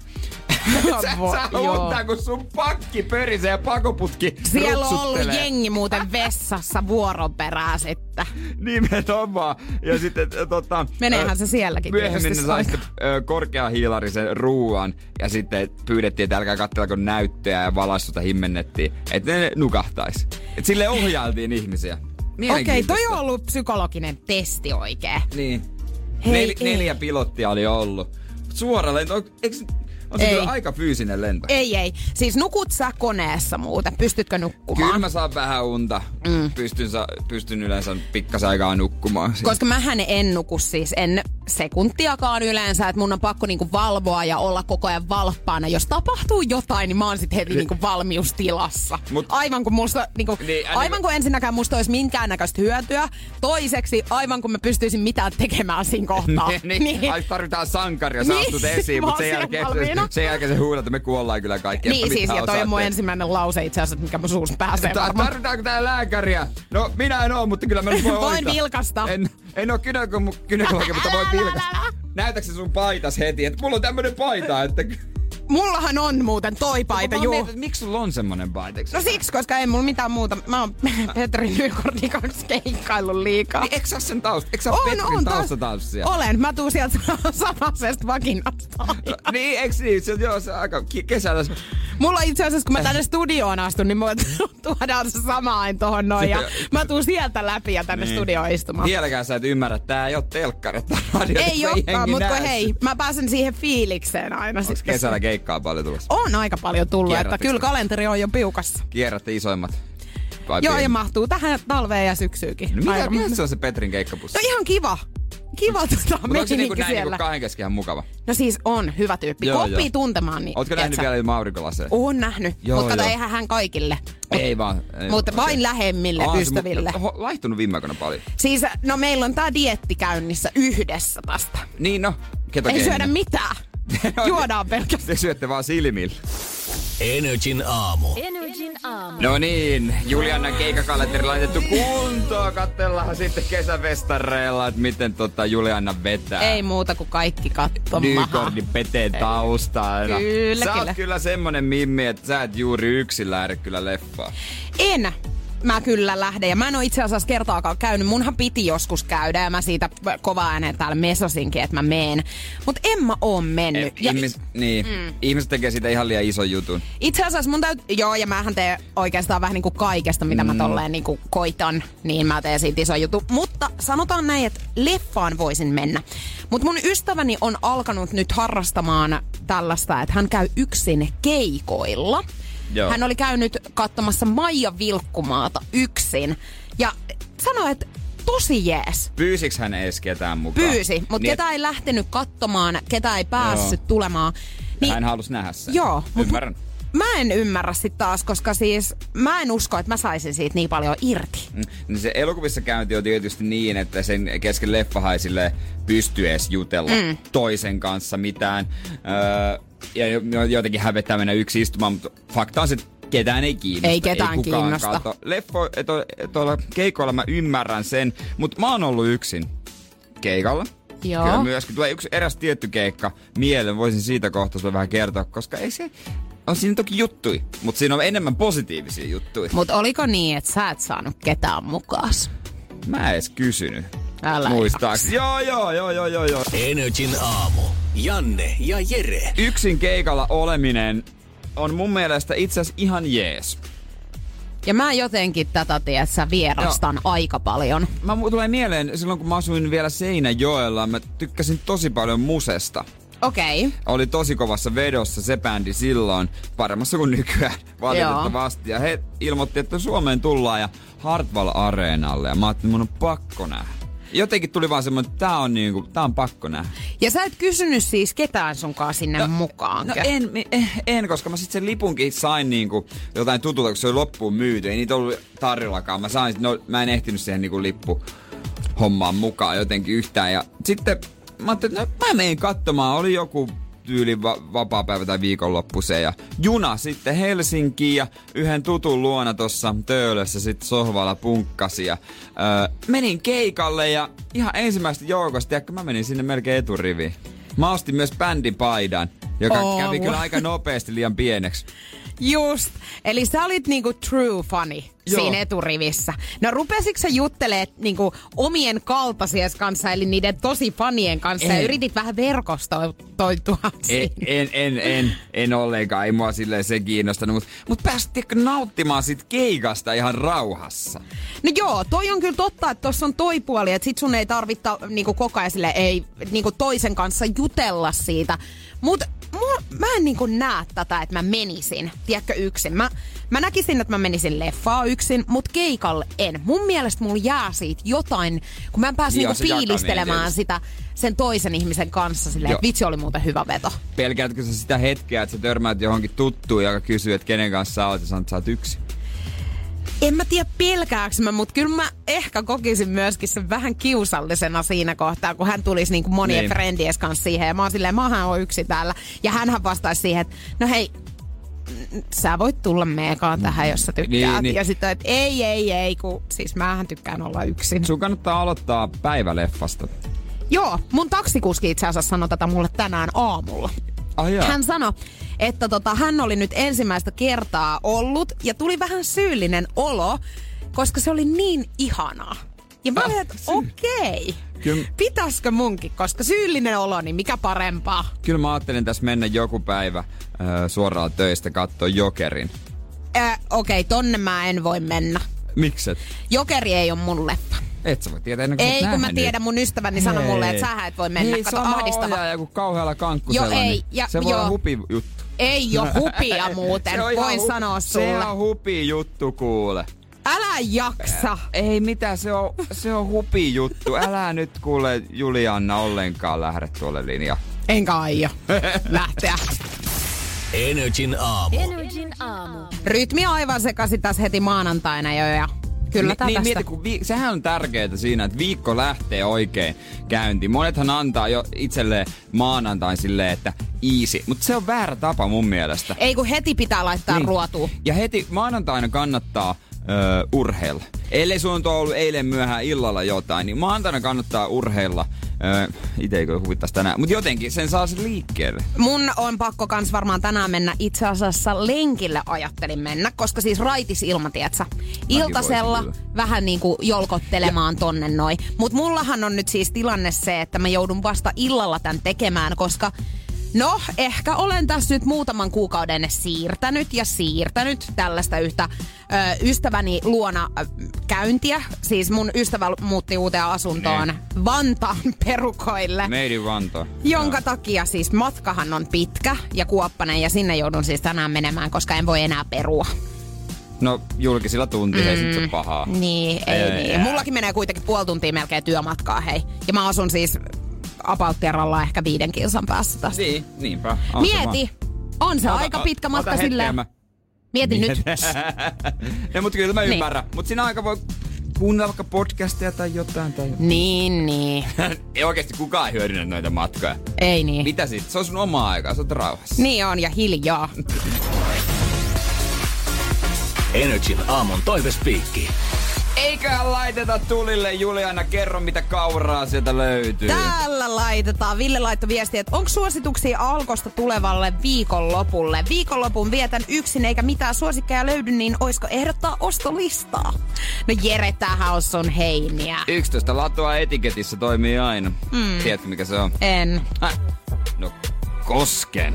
A: Sä, sä
B: Joo.
A: huutaa, kun sun pakki pörisee ja pakoputki
B: Siellä on ollut
A: ruksuttelee.
B: jengi muuten vessassa vuoron perää sitten.
A: Nimenomaan. Ja sitten ö, tota...
B: Meneehän
A: ö,
B: se sielläkin
A: Myöhemmin
B: tietysti
A: ne sai
B: se
A: sitten ö, korkeahiilarisen ruuan ja sitten pyydettiin, että älkää kattelako näyttöjä ja valaistusta himmennettiin. Että ne nukahtais. Et sille ohjailtiin ihmisiä.
B: Okei,
A: Mielenkiintoista.
B: toi on ollut psykologinen testi oikein.
A: Niin.
B: Hei,
A: Nel,
B: ei.
A: neljä pilottia oli ollut. Suora lento. On, eikö, on se
B: Ei.
A: kyllä aika fyysinen lento.
B: Ei, ei. Siis nukut sä koneessa muuten. Pystytkö nukkumaan?
A: Kyllä mä saan vähän unta. Mm. Pystyn, sa, pystyn yleensä pikkasen aikaa nukkumaan.
B: Koska mähän en nuku siis, en sekuntiakaan yleensä, että mun on pakko niinku valvoa ja olla koko ajan valppaana. Jos tapahtuu jotain, niin mä oon sit heti niinku valmiustilassa.
A: Mut-
B: Mut, aivan kun musta, niinku,
A: Niin,
B: niin,
A: ääni-
B: aivan kun ensinnäkään musta olisi minkäännäköistä hyötyä. Toiseksi, aivan kun mä pystyisin mitään tekemään siinä kohtaa.
A: niin, niin. Ai tarvitaan sankaria, sä
B: No, Niin,
A: astut esiin,
B: mä
A: mutta
B: oon
A: sen
B: siellä
A: jälkeen,
B: valmiina.
A: sen jälkeen se huudat, että me kuollaan kyllä kaikki.
B: Niin siis, ja toi on mun ensimmäinen lause itse asiassa, mikä mun suus pääsee
A: Ta-
B: varmaan.
A: tarvitaanko tää lääkäriä? No minä en oo, mutta kyllä mä nyt voin
B: Voin
A: hoitaa.
B: vilkasta.
A: En, en oo kynäko, kynäkologi, mutta voin
B: Älä, älä,
A: vilkasta.
B: älä.
A: Näytäksä sun paitas heti, että mulla on tämmönen paita, että...
B: Mullahan on muuten toi paita,
A: Mä oon
B: juu.
A: miettinyt, että miksi sulla on semmonen paita? eikö se-
B: No siksi, koska ei mulla mitään muuta. Mä oon Petri Nykordin kanssa keikkaillut liikaa.
A: Niin, eikö sä oo sen tausta? Eikö sä oo Petrin taustatanssija?
B: Olen, mä tuun sieltä samaisesta vakinasta.
A: Niin, eikö niin? Se, joo, se on aika ki- kesällä. se-
B: Mulla itse asiassa, kun mä tänne studioon astun, niin mulla tuodaan se sama aina tohon noin. Ja mä tuun sieltä läpi ja tänne niin. studioon istumaan.
A: Vieläkään sä et ymmärrä, että tää ei oo telkkari, tää on radio,
B: Ei
A: tässä
B: olekaan,
A: jengi
B: mutta
A: näe
B: hei, mä pääsen siihen fiilikseen aina.
A: Onks
B: sit, koska-
A: kesällä keikkaa paljon tulossa?
B: On aika paljon tullut, että
A: Kierrätys-
B: kyllä kalenteri on jo piukassa.
A: Kierrätte isoimmat. Vai
B: Joo,
A: pienet?
B: ja mahtuu tähän talveen ja syksyykin.
A: no, mitä,
B: Aika-
A: mitä se on se Petrin keikkapussi?
B: No ihan kiva. Kiva tota,
A: Mutta onko se niinku
B: meininki
A: näin niinku
B: siellä.
A: kahden kesken ihan mukava?
B: No siis on, hyvä tyyppi.
A: Joo,
B: Joo, Oppii
A: joo.
B: tuntemaan niin.
A: Ootko nähnyt
B: tiedätkö? Uh,
A: vielä ilman aurinkolaseja?
B: Oon nähnyt,
A: Joo,
B: mutta
A: joo.
B: kato, eihän hän kaikille. Mut-
A: Ei vaan. Ei,
B: Mutta
A: okei.
B: vain lähemmille
A: Aa, se mu-
B: ystäville.
A: ho- Laihtunut viime aikoina paljon.
B: Siis, no meillä on tää dietti käynnissä yhdessä tästä.
A: Niin no, ketä
B: Ei
A: keinoja?
B: syödä mitään. Juodaan pelkästään.
A: Te syötte vaan silmillä.
C: Energin aamu.
A: No niin, Juliannan keikakalenteri laitettu kuntoon. Katsellaan sitten kesävestareilla, että miten tota Julianna vetää.
B: Ei muuta kuin kaikki katsomaan.
A: Nykordin peteen taustaina.
B: Kyllä,
A: sä
B: kyllä.
A: oot kyllä semmonen mimmi, että sä et juuri yksin lähde kyllä leffaa.
B: En. Mä kyllä lähden. Ja mä en ole itse asiassa kertaakaan käynyt. Munhan piti joskus käydä ja mä siitä kovaa ääneen täällä mesosinkin, että mä meen. Mut en mä oo mennyt.
A: Et
B: ja
A: ihmis, niin, mm. Ihmiset tekee siitä ihan liian ison jutun.
B: Itse asiassa mun täytyy, joo ja mähän teen oikeastaan vähän niinku kaikesta, mitä mm. mä tolleen niinku koitan, niin mä teen siitä iso jutu. Mutta sanotaan näin, että leffaan voisin mennä. Mutta mun ystäväni on alkanut nyt harrastamaan tällaista, että hän käy yksin keikoilla.
A: Joo.
B: Joo. Hän oli käynyt katsomassa Maija Vilkkumaata yksin ja sanoi, että tosi jees.
A: Pyysiks hän ees ketään mukaan?
B: Pyysi, mutta
A: Niin,
B: niin, ketä ei lähtenyt katsomaan, ketä ei päässyt tulemaan.
A: Niin, hän halusi nähdä sen.
B: Joo. mut
A: Ymmärrän.
B: Mä en ymmärrä sit taas, koska siis mä en usko, että mä saisin siitä niin paljon irti.
A: Mm, Niin se elokuvissa käynti on tietysti niin, että sen kesken leffahan ei sille pysty edes jutella mm. toisen kanssa mitään. Öö, ja jo- jo- jotenkin hävettää mennä yksi istumaan, mutta fakta on se, että Ketään ei kiinnosta.
B: Ei ketään
A: kukaan
B: kiinnosta.
A: Kato. Leffo, to, tuolla keikoilla mä ymmärrän sen, mutta mä oon ollut yksin keikalla.
B: Joo.
A: Kyllä myöskin. Tulee yksi eräs tietty keikka mieleen, voisin siitä kohta sulle vähän kertoa, koska ei se... On siinä toki juttui, mutta siinä on enemmän positiivisia juttuja.
B: Mutta oliko niin, että sä et saanut ketään mukaas?
A: Mä en edes kysynyt.
B: Älä
A: Muistaakseni. Joo, joo, joo, joo, joo, joo.
C: Energin aamu. Janne ja Jere.
A: Yksin keikalla oleminen on mun mielestä itse asiassa ihan jees.
B: Ja mä jotenkin tätä, tiedät, sä vierastan no. aika paljon.
A: Mä mu- tulee mieleen, silloin kun mä asuin vielä Seinäjoella, mä tykkäsin tosi paljon musesta.
B: Okei. Okay.
A: Oli tosi kovassa vedossa se bändi silloin, paremmassa kuin nykyään valitettavasti. Ja he ilmoitti, että Suomeen tullaan ja Hartwall Areenalle. Ja mä ajattelin, mun on pakko nähdä. Jotenkin tuli vaan semmoinen, että tää on, niinku, tää on pakko nähdä.
B: Ja sä et kysynyt siis ketään sunkaan sinne no, mukaan.
A: No en, mi- eh, en, koska mä sitten sen lipunkin sain niinku jotain tutulta, kun se oli loppuun myyty. Ei niitä ollut tarjollakaan. Mä, sain, no, mä en ehtinyt siihen niinku lippu hommaan mukaan jotenkin yhtään. Ja sitten mä ajattelin, että no, mä menin katsomaan. Oli joku tyyli va- vapaa-päivä tai viikonloppu se. Ja juna sitten Helsinkiin ja yhden tutun luona tuossa töölössä sitten sohvalla punkkasi. Ja, öö, menin keikalle ja ihan ensimmäistä joukosta, tiedätkö, mä menin sinne melkein eturiviin. Mä ostin myös bändipaidan, joka
B: Oh.
A: oh. kävi kyllä aika nopeasti liian pieneksi.
B: Just. Eli sä olit niinku true fani Joo.
A: Joo.
B: siinä eturivissä. No rupesitko sä juttelee niinku omien kaltaisies kanssa, eli niiden tosi fanien kanssa, ja
A: Ei.
B: yritit vähän verkostoitua
A: En,
B: siinä.
A: E, en, en, en, en ollenkaan, ei mua silleen se kiinnostanut, mutta mut pääsit tiedätkö, nauttimaan sit keikasta ihan rauhassa.
B: No joo, toi on kyllä totta, että tossa on toi puoli, että sit sun ei tarvitse niinku koko ajan sille, ei niinku toisen kanssa jutella siitä. Mut mu- mä en niinku näe tätä, että mä menisin, tiedätkö, yksin. Mä, mä näkisin, että mä menisin leffaa yksin, mut keikalle en. Mun mielestä mulla jää siitä jotain, kun mä en pääse
A: Joo,
B: niinku
A: se jakaminen
B: fiilistelemään
A: tietysti.
B: sitä sen toisen ihmisen kanssa silleen,
A: Joo.
B: että vitsi oli muuten hyvä veto.
A: Pelkäätkö sä sitä hetkeä, että sä törmäät johonkin tuttuun, joka kysyy, että kenen kanssa sä oot ja sanot, että sä oot yksi?
B: En mä tiedä pelkääks mä, mutta kyllä mä ehkä kokisin myöskin sen vähän kiusallisena siinä kohtaa, kun hän tulisi niinku monien niin.
A: Niin.
B: frendies kanssa siihen. Ja mä oon silleen, maahan on yksi täällä. Ja hänhän vastaisi siihen, että no hei, mm, sä voit tulla meekaan tähän, jos sä tykkäät. Niin,
A: Niin, niin.
B: Ja sitten, että ei, ei, ei, kun siis mähän tykkään olla yksin.
A: Sun kannattaa aloittaa päiväleffasta.
B: Joo, mun taksikuski itse asiassa sanoi tätä mulle tänään aamulla.
A: Ai jaa.
B: Hän sanoi, että tota, hän oli nyt ensimmäistä kertaa ollut ja tuli vähän syyllinen olo, koska se oli niin ihanaa. Ja mä olin, että okei,
A: Ah, Kyllä-
B: pitäisikö munkin, koska syyllinen olo, niin mikä parempaa?
A: Kyllä mä ajattelin tässä mennä joku päivä ö, suoraan töistä katsoa Jokerin.
B: Äh, okei, tonne mä en voi mennä.
A: Mikset?
B: Jokeri ei ole mun leffa.
A: Et sä voi tietää ennen kuin sä
B: Ei,
A: oot
B: kun mä
A: nähnyt.
B: tiedän mun ystäväni sanoi Niin mulle, että
A: Ei.
B: sä et voi mennä.
A: Ei,
B: Kato,
A: sama
B: ahdistava.
A: ohjaaja kuin kauhealla kankkusella.
B: Joo, ei,
A: niin
B: ja-
A: se voi
B: joo.
A: olla hupi juttu.
B: Ei ole hupia muuten,
A: Se on ihan
B: voin
A: hu-
B: sanoa
A: Se
B: sulle.
A: on hupi juttu kuule.
B: Älä jaksa.
A: Ei mitään, se on, se on hupi juttu. Älä nyt kuule Julianna ollenkaan lähde tuolle linjalle.
B: Enkä aio lähteä.
C: Energin aamu.
B: Rytmi on aivan sekaisin tässä heti maanantaina jo ja kyllä
A: Ni- niin,
B: tästä.
A: mieti, kun vi- sehän on tärkeää siinä, että viikko lähtee oikein käyntiin. Monethan antaa jo itselleen maanantain silleen, että easy. Mutta se on väärä tapa mun mielestä.
B: Ei kun heti pitää laittaa niin. ruotuun.
A: Ja heti maanantaina kannattaa öö, urheilla. Ellei sun nyt ole ollut eilen myöhään illalla jotain, niin maanantaina kannattaa urheilla. Öö, ite eikö huvittais tänään, mutta jotenkin sen saa sen liikkeelle.
B: Mun on pakko kans varmaan tänään mennä itse asiassa lenkille ajattelin mennä, koska siis raitis ilma, tietsä. Iltasella
A: voisin kyllä.
B: vähän niinku jolkottelemaan ja. tonne noin. Mut mullahan on nyt siis tilanne se, että mä joudun vasta illalla tän tekemään, koska No, ehkä olen tässä nyt muutaman kuukauden siirtänyt ja siirtänyt tällaista yhtä ö, ystäväni luona ö, käyntiä. Siis mun ystävä muutti uuteen asuntoon Vantaan perukoille.
A: Meidin Vanto.
B: Jonka takia siis matkahan on pitkä ja kuoppanen ja sinne joudun siis tänään menemään, koska en voi enää perua.
A: No julkisilla tunteilla mm. ei sit se pahaa.
B: Niin, ei, ei niin. Mullakin menee kuitenkin puoli tuntia melkein työmatkaa, hei. Ja mä asun siis apauttiaralla ehkä viiden kilsan päässä tästä.
A: Niin, niinpä. On se
B: Mieti, on se
A: vaan.
B: aika
A: Ota-
B: pitkä
A: ota
B: matka
A: hetken
B: sillä.
A: mä-
B: Mieti nyt.
A: no mut kyllä mä
B: Niin.
A: ymmärrän. Mut siinä aika voi kuunnella vaikka podcasteja tai jotain. Tai...
B: Niin, niin.
A: ei oikeesti kukaan hyödynnä noita matkoja.
B: Ei niin.
A: Mitä sit? Se on sun omaa aikaa, sä oot rauhassa.
B: Niin on ja hiljaa.
C: Energin aamun toivespiikki.
A: Eiköhän laiteta tulille, Juliana, kerro mitä kauraa sieltä löytyy.
B: Täällä laitetaan. Ville laittoi viestiä, että onko suosituksia Alkosta tulevalle viikonlopulle? Viikonlopun vietän yksin eikä mitään suosikkeja löydy, niin oisko ehdottaa ostolistaa? No Jere, tämähän on sun heiniä.
A: 11 latua etiketissä toimii aina.
B: Mm.
A: Mm. Tiedätkö mikä se on?
B: En.
A: Häh?
B: Äh.
A: No kosken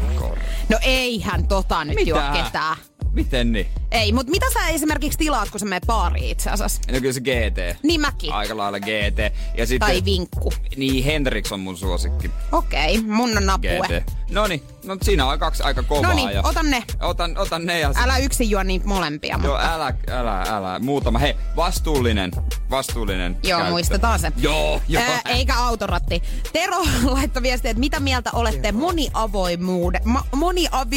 B: No eihän tota nyt juo
A: Mitä?
B: ketään.
A: Miten niin?
B: Ei, mutta mitä sä esimerkiksi tilaat, kun sä menet baariin itse asiassa?
A: No kyllä se GT.
B: Niin mäkin.
A: Aika lailla GT. Ja sitten,
B: Tai vinkku.
A: Niin, Henriks on mun suosikki.
B: Okei, okay, mun on napue.
A: GT. Noni, no siinä on kaksi aika kovaa.
B: No niin,
A: ja...
B: otan ne.
A: Otan, otan ne ja...
B: Älä yksin juo niitä molempia.
A: Joo,
B: mutta-
A: älä, älä, älä. Muutama. Hei, vastuullinen. Vastuullinen
B: Joo,
A: käyttö.
B: muistetaan se.
A: Joo, joo.
B: Ää, eikä autoratti. Tero laittoi viestiä, että mitä mieltä olette moniavoimuude, ma,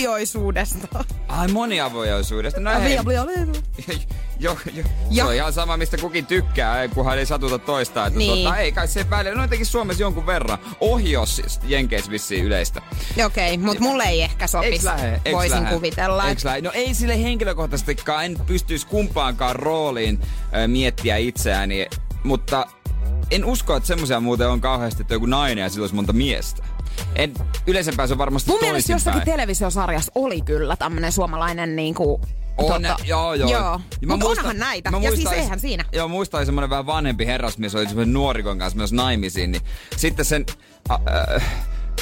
B: moniavioisuudesta?
A: Ai moniavojaisuudesta. No hei. Joo, joo. Se
B: Ja-
A: on ihan sama, mistä kukin tykkää, ei, kunhan ei satuta toista. Että
B: Niin.
A: niin. tota, ei kai se välillä. No jotenkin Suomessa jonkun verran. Ohjos siis Jenkeissä vissiin yleistä.
B: Okei, okay, mutta mulle ei ehkä
A: Eiks
B: sopisi.
A: lähe? Eiks
B: Voisin
A: lähe?
B: kuvitella.
A: Eiks lähe? No ei sille henkilökohtaisestikaan, en pystyisi kumpaankaan rooliin ö, miettiä itseäni, mutta en usko, että semmoisia muuten on kauheasti, että joku nainen ja sillä olisi monta miestä. En, yleisempää se on varmasti
B: Mun mielestä
A: toisinpäin.
B: jossakin televisiosarjassa oli kyllä tämmönen suomalainen niinku...
A: On,
B: tota-
A: joo, joo.
B: joo.
A: Ja mä
B: Mutta
A: muistan-
B: onhan näitä.
A: mä
B: Ja siis
A: muistan-
B: eihän siinä.
A: Joo, muistaa semmoinen vähän vanhempi herrasmies, oli semmoinen nuorikon kanssa myös naimisiin, niin sitten sen, a, äh,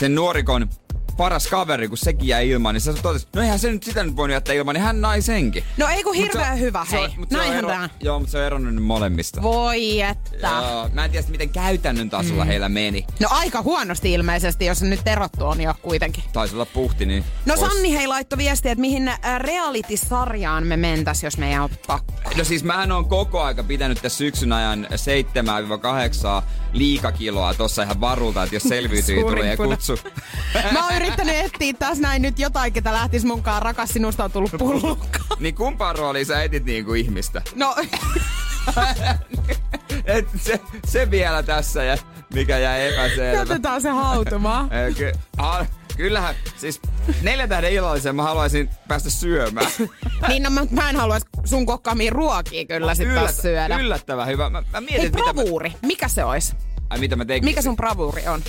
A: sen nuorikon paras kaveri, kun sekin jäi ilman, niin se totesi, no eihän se nyt sitä nyt voinut jättää ilman, niin hän nai senkin.
B: No ei kun
A: Mut se-
B: hirveän hyvä,
A: se on-
B: hei.
A: mut se on
B: Näinhän
A: ero-
B: tää.
A: Joo, mutta se on eronnut nyt molemmista.
B: Voi että.
A: Joo, mä en tiedä, miten käytännön tasolla heillä meni.
B: No aika huonosti ilmeisesti, jos nyt erottu on jo kuitenkin.
A: Taisi olla puhti, niin...
B: No
A: ois-
B: Sanni hei laittoi viestiä, että mihin äh, reality-sarjaan me mentäs, jos meidän on pakko.
A: No siis mähän on koko aika pitänyt tässä syksyn ajan 7-8 liikakiloa tossa ihan varulta, että jos selviytyy, niin
B: Suurin
A: tulee
B: puna.
A: kutsu.
B: Mä oon yrittänyt etsiä taas näin nyt jotain, ketä lähtis munkaan. Rakas, sinusta on tullut pullukka.
A: niin kumpaan rooliin sä etit niinku ihmistä?
B: No,
A: Et se, se vielä tässä ja mikä jäi epäselvä.
B: jätetään se hautumaan.
A: Ei, Ky- ah, kyllähän, siis neljä tähden illallisen mä haluaisin päästä syömään.
B: niin, no, mä, mä en haluaisi sun kokkaamiin ruokia kyllä sit taas
A: Yllät-
B: syödä.
A: Yllättävän hyvä. Mä, mä mietin,
B: Hei,
A: että mitä mä,
B: bravuuri. Mikä se ois?
A: ai, mitä mä tekisin. Siis,
B: Mikä sun bravuuri on?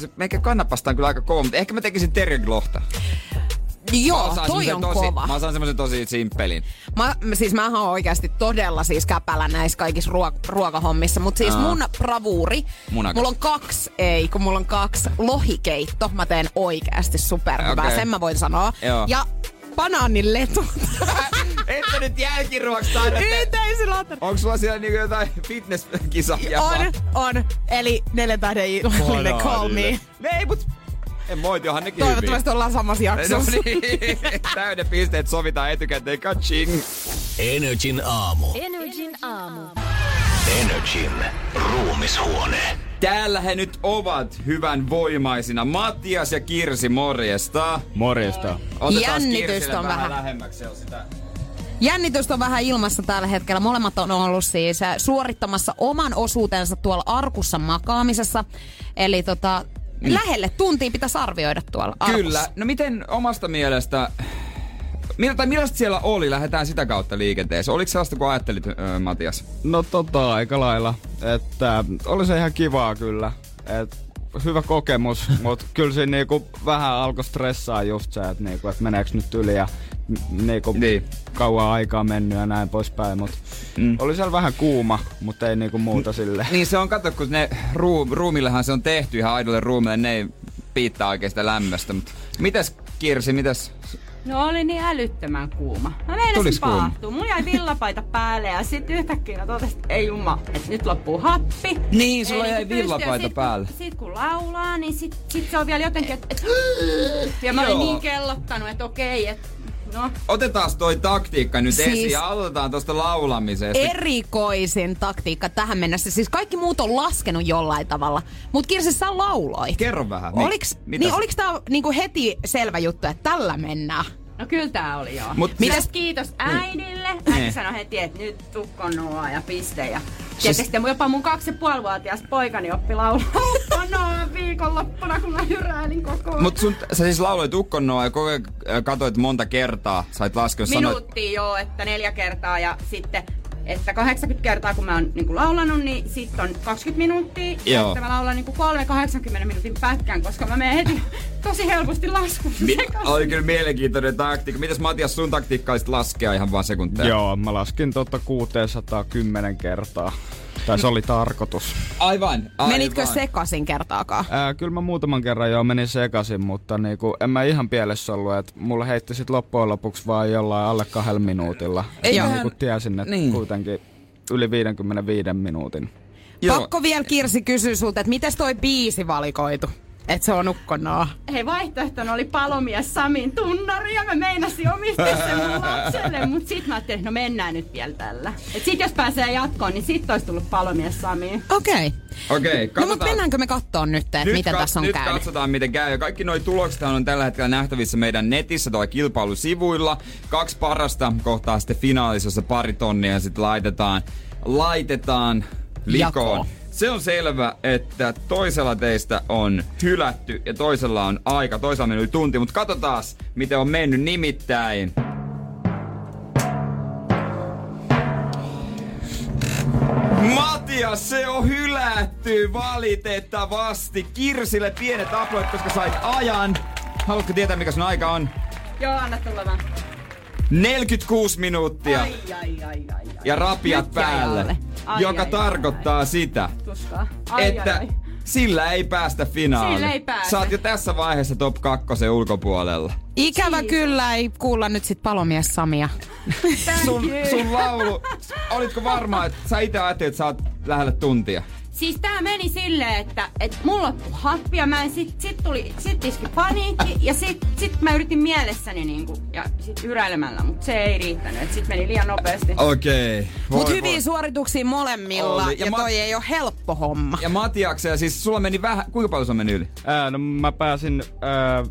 A: Se, meikä kannapasta on kyllä aika kova, mutta ehkä mä tekisin terjeglohta.
B: Joo,
A: osaan
B: toi
A: semmosen
B: on
A: tosi,
B: kova.
A: Mä saan semmoisen tosi simppelin.
B: Mä, mä- siis mä oon oikeasti todella siis käpälä näissä kaikissa ruok- ruokahommissa, mutta siis
A: Aa.
B: mun bravuuri,
A: Munakas.
B: mulla on kaksi, ei kun mulla on kaksi, lohikeitto, mä teen oikeasti superhyvää, okay.
A: Okei.
B: sen mä voin sanoa.
A: Joo.
B: Ja banaanin letut.
A: Että nyt jälkiruoksi aina te...
B: Yhteisölaatari.
A: Onko sulla siellä niinku jotain fitnesskisa?
B: On, on. Eli neljän tähden illallinen call me.
A: Me ei, mut... En moiti, johan nekin
B: Toivottavasti ollaan
A: No
B: samassa jaksossa.
A: niin, täyden pisteet sovitaan etukäteen. Kaching.
C: Energin aamu.
D: Energin aamu.
C: Energin ruumishuone.
A: Täällä he nyt ovat hyvän voimaisina. Mattias ja Kirsi, morjesta.
F: Morjesta.
A: Otetaas
B: Jännitystä
A: Kirsille
B: on vähän.
A: vähän lähemmäksi. Se on sitä
B: Jännitystä on vähän ilmassa tällä hetkellä. Molemmat on ollut siis äh, suorittamassa oman osuutensa tuolla arkussa makaamisessa. Eli tota, mm. lähelle tuntiin pitäisi arvioida tuolla arkussa.
A: Kyllä. No miten omasta mielestä... Millä, tai millaista siellä oli? Lähdetään sitä kautta liikenteeseen. Oliko sellaista, kun ajattelit, öö, Matias?
F: No tota, aika lailla. Että äh, oli se ihan kivaa kyllä. Et, hyvä kokemus, mut kyllä siinä niinku vähän alkoi stressaa just se, että niinku, et meneekö nyt yli ja m- niinku
A: Niin.
F: niin. kauan aikaa mennyt ja näin poispäin. Mut
A: Mm.
F: mm. oli siellä vähän kuuma, mutta ei niinku muuta sille.
A: Niin se on, kato, kun ne ruu, ruumillehan se on tehty ihan aidolle ruumille, ne ei piittaa oikeasta lämmöstä. Mutta mitäs Kirsi, mitäs?
G: No oli niin älyttömän kuuma. Mä meinasin
A: Tuliks kuuma?
G: paahtua. Mulla jäi villapaita päälle ja sit yhtäkkiä mä totesin, että ei jumma, että nyt loppuu happi.
A: Niin, sulla
G: Ei
A: jäi
G: niinku pysty. Ja
A: villapaita
G: sit,
A: päälle.
G: Kun, sit kun laulaa, niin sit, sit se on vielä jotenkin, että... Et, ja mä olin
A: Joo.
G: niin kellottanut, että okei, että no.
A: Otetaan toi taktiikka nyt
B: Siis-
A: siis... esiin ja aloitetaan tuosta laulamisesta.
B: Erikoisin taktiikka tähän mennessä. Siis kaikki muut on laskenut jollain tavalla. Mutta Kirsi, sä lauloit.
A: Kerro vähän. Mi-
B: Oliks,
A: mitä
B: niin,
A: sä-
B: oliks tää niinku heti selvä juttu, että tällä mennään?
G: No kyllä tää oli joo.
A: Mut
G: Mut
A: siis-
G: kiitos äidille. No Äiti
A: Niin. Siis-
G: sanoi heti, että nyt tukko noa ja piste. Ja Tietysti jopa mun kaksi ja puoli vuotias poikani oppi laulaa ukkonoa viikonloppuna, kun mä hyräilin koko ajan.
A: Mut sun, sä siis lauloit ukkonnoa ja koko ajan äh, katoit monta kertaa. Sait laskea sanoit.
G: Minuutti joo, että neljä kertaa ja sitten että 80 kertaa kun mä oon niinku laulanut, niin sitten on 20 minuuttia.
A: Joo.
G: Ja että mä laulan niinku kolme 80 minuutin pätkän, koska mä menen heti tosi helposti laskuun.
A: Mi- oli kyllä mielenkiintoinen taktiikka. Mitäs Matias, sun taktiikka olisi laskea ihan vaan sekuntia?
F: Joo, mä laskin
G: tota
F: totta 610 kertaa. Tai se oli tarkoitus.
A: Aivan, aivan.
B: Menitkö sekasin kertaakaan?
F: Ää, kyllä mä muutaman kerran jo menin sekaisin, mutta niinku, en mä ihan pielessä ollut, että mulla heitti sit loppujen lopuksi vaan jollain alle kahdella minuutilla.
A: Ei
F: Ei mä
A: vähän-
F: niinku tiesin, että
A: Niin.
F: niin. kuitenkin yli 55 minuutin.
A: Joo.
B: Pakko vielä Kirsi kysyä sulta, että mites toi biisi valikoitu? Että se on ukkonaa.
G: Hei, vaihtoehtona oli palomies Samin tunnari ja mä meinasin omistaa sen mun lapselle, mut sit mä ajattelin, että no mennään nyt vielä tällä. Et sit jos pääsee jatkoon, niin sit olisi tullut palomies Samiin.
B: Okei. Okay.
A: Okei,
B: No mut
A: katsotaan.
B: mennäänkö me kattoon nyt, että miten
A: kat-
B: tässä on
A: nyt
B: käynyt?
A: katsotaan, miten käy. Ja Kaikki nuo tulokset on tällä hetkellä nähtävissä meidän netissä tai kilpailusivuilla. Kaksi parasta kohtaa sitten finaalissa, jossa pari tonnia sitten laitetaan, laitetaan likoon.
B: Jakoon.
A: Se on selvä, että toisella teistä on hylätty ja toisella on aika. Toisella meni yli tunti, mutta katsotaan, miten on mennyt nimittäin. Matias, se on hylätty valitettavasti. Kirsille pienet aplodit, koska sait ajan. Haluatko tietää, mikä sun aika on?
G: Joo, anna tulla vaan.
A: 46 minuuttia
G: Ai, ai, ai, ai, ai.
A: ja rapiat
G: Nyt jäi
A: päälle,
G: alle. Ai,
A: joka
G: ai,
A: tarkoittaa sitä,
G: Tuskaa. Ai,
A: että
G: ai, ai.
A: sillä ei päästä finaaliin.
G: Sillä ei pääse.
A: Sä oot jo tässä vaiheessa top kakkosen ulkopuolella.
B: Ikävä kyllä ei kuulla nyt sit palomies Samia.
A: Sun, sun laulu, olitko varma, että sä itse ajattelit, että sä oot lähellä tuntia?
G: Siis tää meni silleen, että et mulla loppu happi ja mä en sit, sit tuli, sit iski paniikki ja sit, sit mä yritin mielessäni niinku, ja sit yräilemällä, mut se ei riittänyt, et sit meni liian nopeasti.
A: Okei. Okay.
B: Mut hyviä suorituksia molemmilla
A: Oli, ja
B: ja, ja
A: mä-
B: toi ei ole helppo homma.
A: Ja Matiakseen, siis sulla meni vähän, kuinka paljon sulla meni yli?
F: Ää, no mä pääsin, ää,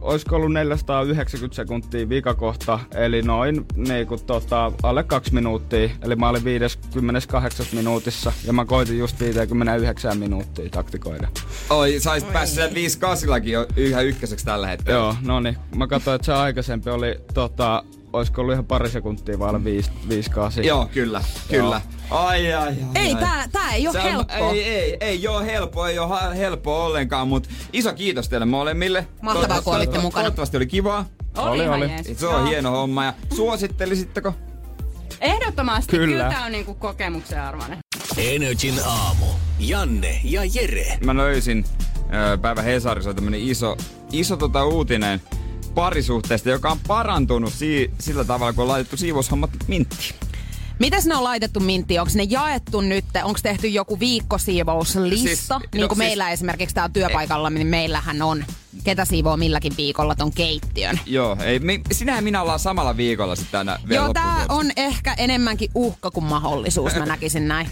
F: olisiko ollut 490 sekuntia viikakohta, eli noin niinku, tota, alle kaksi minuuttia. Eli mä olin 58 minuutissa ja mä koitin just 59 minuuttia taktikoida.
A: Oi, sä olisit päässyt sen 5 kasillakin jo yhä ykköseksi tällä hetkellä.
F: Joo, no niin. Mä katsoin, että se aikaisempi oli, tota, olisiko ollut ihan pari sekuntia vai alle viisi, viisi kahdeksan.
A: Joo, kyllä, kyllä. Ai, ai, ai,
B: Ei,
A: ai.
B: tää, tää ei ole
A: Se on-
B: helppo.
A: Ei, ei, ei joo helppo, ei oo helppo ollenkaan, mutta iso kiitos teille molemmille.
B: Mahtavaa,
A: Toivottavasti-
B: kun olitte mukana.
A: Toivottavasti oli kivaa.
F: Oli,
G: ihan
F: oli.
G: jees.
A: Se on
G: Joo.
A: hieno homma ja suosittelisitteko?
G: Ehdottomasti kyllä,
F: Kyllä.
G: kyllä tää on niinku kokemuksen arvoinen.
C: Energin aamu. Janne ja Jere.
A: mä löysin ö, päivä Hesarissa tämmönen iso, iso tota uutinen parisuhteesta, joka on parantunut si- sillä tavalla, kun on laitettu siivoushommat mintti.
B: Mitäs ne on laitettu mintti? Onko ne jaettu nyt? Onko tehty joku viikkosiivouslista?
A: Siis-
B: Siis, niin
A: no
B: kuin
A: siis-
B: no, meillä esimerkiksi tää työpaikalla, niin meillähän on. Ketä siivoo milläkin viikolla ton keittiön?
A: Joo, ei, mi- sinä ja minä ollaan samalla viikolla sitten tänä vielä
B: Joo, tää
A: loppuvuodesta.
B: on ehkä enemmänkin uhka kuin mahdollisuus, mä näkisin näin.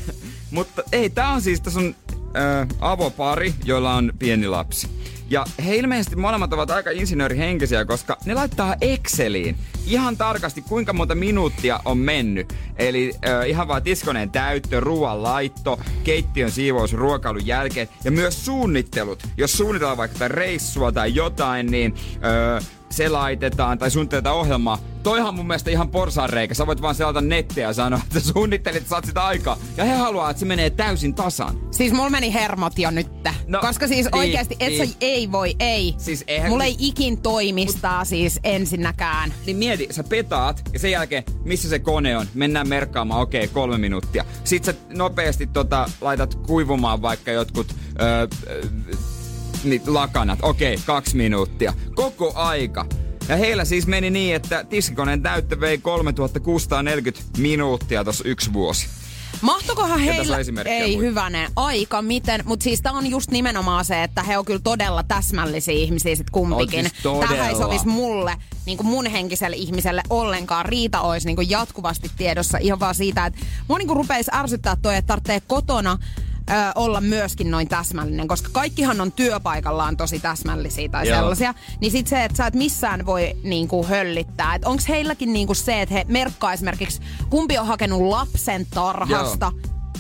A: Mutta ei, tää on siis, tässä on ö, avopari, joilla on pieni lapsi. Ja he ilmeisesti molemmat ovat aika insinöörihenkisiä, koska ne laittaa Exceliin ihan tarkasti, kuinka monta minuuttia on mennyt. Eli ö, ihan vaan tiskoneen täyttö, ruoan laitto, keittiön siivous ruokailun jälkeen ja myös suunnittelut. Jos suunnitellaan vaikka jotain reissua tai jotain, niin ö, se laitetaan tai suunnitellaan ohjelmaa. Toihan on mun mielestä ihan porsaanreikä. Sä voit vaan selata nettiä ja sanoa, että suunnittelit, että saat sitä aikaa. Ja he haluaa, että se menee täysin tasan.
B: Siis mulla meni hermot jo nyt.
A: No,
B: No, koska siis
A: niin,
B: oikeasti et
A: niin.
B: sä ei voi, ei.
A: Siis eihän-
B: mulla ei ikin toimistaa siis ensinnäkään.
A: Niin mieti, sä petaat ja sen jälkeen, missä se kone on, mennään merkkaamaan, okei, kolme minuuttia. Sitten sä nopeasti tota, laitat kuivumaan vaikka jotkut öö, öö, niit lakanat, okei, kaksi minuuttia. Koko aika. Ja heillä siis meni niin, että tiskikoneen täyttö vei 3640 minuuttia tuossa yksi vuosi.
B: Mahtokohan
A: Ja tässä
B: heillä...
A: on esimerkkejä
B: Ei
A: muita.
B: hyvänen aika, miten. Mutta siis tää on just nimenomaan se, että he on kyllä todella täsmällisiä ihmisiä sit kumpikin.
A: On siis todella.
B: Tähän ei sovis mulle, niin kuin mun henkiselle ihmiselle ollenkaan. Riita olisi niin kuin jatkuvasti tiedossa ihan vaan siitä, että mua niin kuin rupeisi ärsyttää toi, että tarvitsee kotona ö, olla myöskin noin täsmällinen, koska kaikkihan on työpaikallaan tosi täsmällisiä tai
A: Joo.
B: sellaisia. Niin sit se, että sä et missään voi niinku höllittää. Että onks heilläkin niinku se, että he merkkaa esimerkiksi, kumpi on hakenut lapsen tarhasta,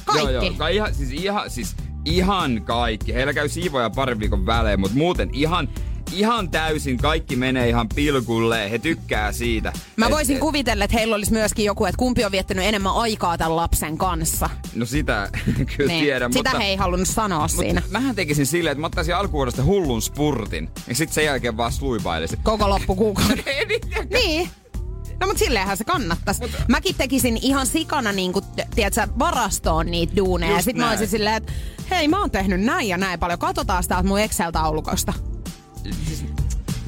B: Kaikki.
A: Joo, joo. Ka- ihan, siis, ihan, siis ihan kaikki. Heillä käy siivoja parin viikon välein, mutta muuten ihan, ihan täysin kaikki menee ihan pilkulleen. He tykkää siitä.
B: Mä
A: Et-
B: voisin
A: et-
B: kuvitella, että heillä olisi myöskin joku, että kumpi on viettänyt enemmän aikaa tämän lapsen kanssa.
A: No sitä kyllä niin. tiedän,
B: Sitä
A: mutta...
B: he ei halunnut sanoa siinä.
A: Mut mähän tekisin silleen, että mä ottaisin alkuvuodesta hullun spurtin. Ja sit sen jälkeen vaan sluipailisin.
B: Koko loppukuukauden. niin. No mut silleenhän se kannattaisi. Mäkin tekisin ihan sikana niinku, t- tiedätkö, varastoon niitä duuneja. ja
A: Just
B: sit mä
A: näin.
B: olisin silleen, että hei mä oon tehnyt näin ja näin paljon. Katsotaan täältä mun Excel-taulukosta.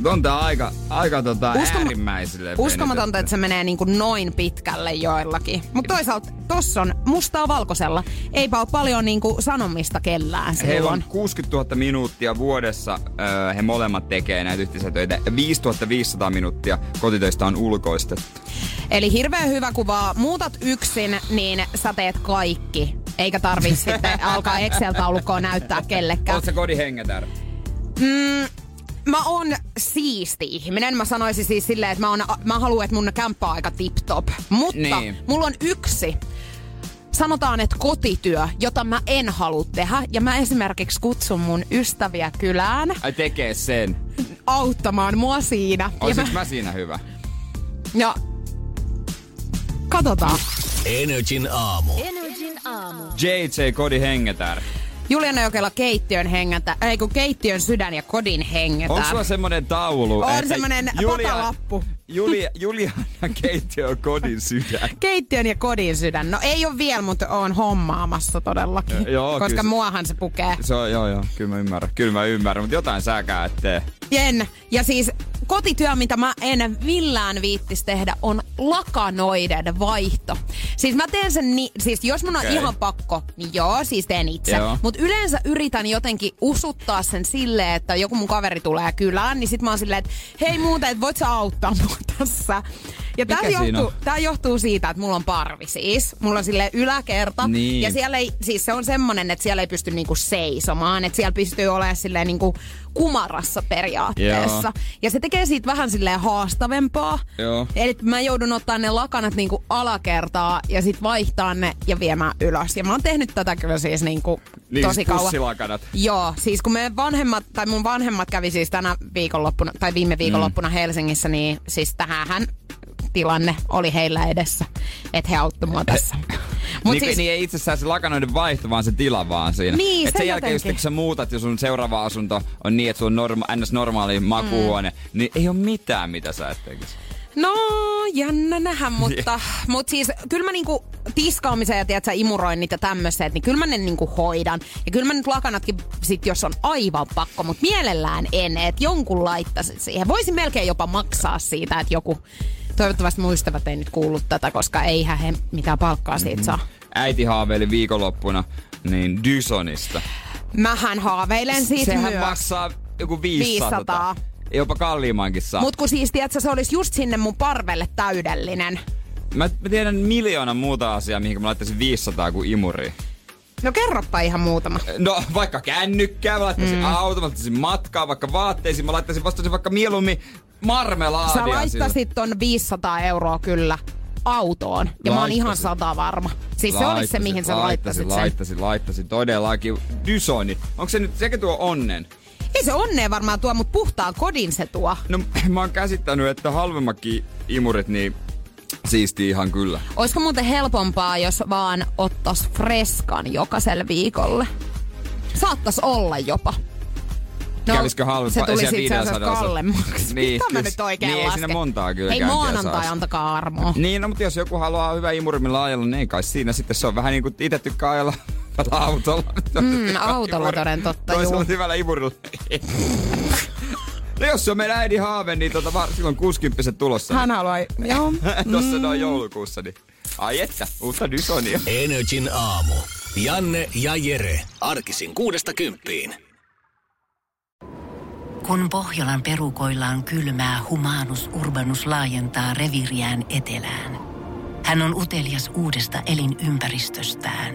A: On tää aika, aika tota
B: Uskoma-
A: äärimmäisille.
B: Uskomatonta,
A: venytetty.
B: että se menee niinku noin pitkälle joillakin. Mutta toisaalta tossa on mustaa valkoisella. Eipä ole paljon niinku sanomista kellään
A: Heillä
B: silloin.
A: on 60 000 minuuttia vuodessa, öö, he molemmat tekee näitä yhteisiä töitä. 5500 minuuttia kotitöistä on ulkoistettu.
B: Eli hirveän hyvä kuvaa. Muutat yksin, niin sä teet kaikki. Eikä tarvi sitten alkaa Excel-taulukkoa näyttää kellekään.
A: Oot sä kodin hengetär?
B: Mä oon siisti ihminen. Mä sanoisin siis silleen, että mä, oon, mä haluan, että mun kämppä on aika tip-top. Mutta
A: Niin.
B: niin. mulla on yksi, sanotaan, että kotityö, jota mä en halua tehdä. Ja mä esimerkiksi kutsun mun ystäviä kylään
A: Ai tekee sen.
B: auttamaan mua siinä. Ja
A: Oisit mä siinä hyvä?
B: ja katsotaan.
C: Energin aamu.
A: JJ Kodi hengetär.
B: Juliana Jokela keittiön hengätä, ei kun keittiön sydän ja kodin hengetä.
A: Onko sulla semmonen taulu?
B: On
A: että
B: semmonen potalappu.
A: Julia, Juliana keittiö on kodin sydän.
B: Keittiön ja kodin sydän. No ei ole vielä, mutta on hommaamassa todellakin.
A: Ö, joo, kyllä
B: koska
A: se-
B: muahan se pukee.
A: Se on, joo, joo, kyllä mä ymmärrän. Kyllä mä ymmärrän, mutta jotain säkää ettei.
B: En. Ja siis kotityö, mitä mä en millään viittis tehdä, on lakanoiden vaihto. Siis mä teen sen ni- siis jos mun on
A: Okei.
B: okay. ihan pakko, niin joo, siis teen itse.
A: Joo.
B: Mutta yleensä yritän jotenkin usuttaa sen silleen, että joku mun kaveri tulee kylään, niin sit mä oon silleen, että hei muuten, että voit sä auttaa mua tässä. Ja tää
A: Mikä siinä
B: johtuu,
A: on?
B: tää johtuu siitä, että mulla on parvi siis. Mulla on sille yläkerta.
A: Niin.
B: Ja siellä ei, siis se on semmonen, että siellä ei pysty niinku seisomaan. Että siellä pystyy olemaan silleen niinku kumarassa periaatteessa. Joo. Ja se tekee siitä vähän silleen haastavempaa.
A: Joo.
B: Eli mä joudun ottaa ne lakanat niinku alakertaa ja sit vaihtaa ne ja viemään ylös. Ja mä oon tehnyt tätä kyllä siis niinku
A: Niin,
B: tosi kauan.
A: pussilakanat.
B: Joo, siis kun meidän vanhemmat, tai mun vanhemmat kävi siis tänä viikonloppuna, tai viime viikonloppuna mm. Helsingissä, niin siis tähän tilanne oli heillä edessä, että he auttoi mua tässä. Mut
A: niin,
B: siis,
A: niin ei itsessään se lakanoiden vaihto, vaan se tila vaan siinä.
B: Niin,
A: Et
B: se
A: sen jälkeen, just,
B: jotenkin.
A: kun sä muutat ja sun seuraava asunto on niin, että sun on norma- ns. normaali makuuhuone,
B: Mm.
A: niin ei ole mitään, mitä sä et tekisi.
B: No, jännä nähdä,
A: Niin.
B: mutta, mutta siis kyllä mä niinku tiskaamisen ja tiedätkö, imuroinnit ja tämmöiset, niin kyllä mä ne niinku hoidan. Ja kyllä mä nyt lakanatkin sit, jos on aivan pakko, mutta mielellään en, että jonkun laittaisin siihen. Voisin melkein jopa maksaa siitä, että joku, toivottavasti mun ystävät ei nyt kuullut tätä, koska eihän he mitään palkkaa
A: Mm-hmm.
B: siitä saa.
A: Äiti haaveili viikonloppuna niin Dysonista.
B: Mähän haaveilen siitä
A: Sehän
B: myös.
A: maksaa joku 500.
B: 500.
A: Jopa kalliimmankin saa.
B: Mut kun siis, tiedätkö, se olisi just sinne mun parvelle täydellinen.
A: Mä, mä tiedän miljoona muuta asiaa, mihin mä laittaisin 500 kuin imuriin.
B: No kerropa ihan muutama.
A: No vaikka kännykkää, mä laittaisin mm. auto, mä laittaisin matkaa, vaikka vaatteisiin, mä laittaisin vastaisin vaikka mieluummin marmelaadia.
B: Sä
A: sillä.
B: laittasit ton 500 euroa kyllä autoon. Ja mä oon ihan
A: Laittasin.
B: sata varma. Siis se olisi se, mihin sä laittasit, sen.
A: Laittasin, laittasin, todellakin. Dysoni. Onko se nyt, sekä tuo onnen?
B: Ei se onnea varmaan tuo, mutta puhtaan kodin se tuo.
A: No mä oon käsittänyt, että halvemmatkin imurit, niin siisti ihan kyllä.
B: Olisiko muuten helpompaa, jos vaan ottais freskan jokaiselle viikolle? Saattas olla jopa. No,
A: Kävisikö
B: se
A: halvempaa? Ei
B: tulisi
A: siellä
B: itse asiassa
A: 500 osa-
B: kallemmaksi.
A: Niin,
B: Mitä
A: kyllä
B: mä
A: se-
B: nyt oikein
A: niin, ei
B: lasken?
A: siinä montaa kyllä
B: Ei
A: käyntiä
B: maanantai
A: saa.
B: antakaa armoa.
A: Niin, no, mutta jos joku haluaa hyvä imuri, millä ajella, niin ei kai siinä. Sitten se on vähän niin kuin itse tykkää ajella autolla.
B: Mm, autolla toden totta,
A: Toisella
B: Mm, juu.
A: hyvällä imurilla. no jos se on meidän äidin haave, niin tota, va- silloin 60 tulossa.
B: Hän Mm. haluaa, joo.
A: Tuossa noin joulukuussa, niin ai että, uutta Dysonia.
C: Energin aamu. Janne ja Jere. Arkisin kuudesta kymppiin.
D: Kun Pohjolan perukoillaan kylmää, humanus urbanus laajentaa reviriään etelään. Hän on utelias uudesta elinympäristöstään.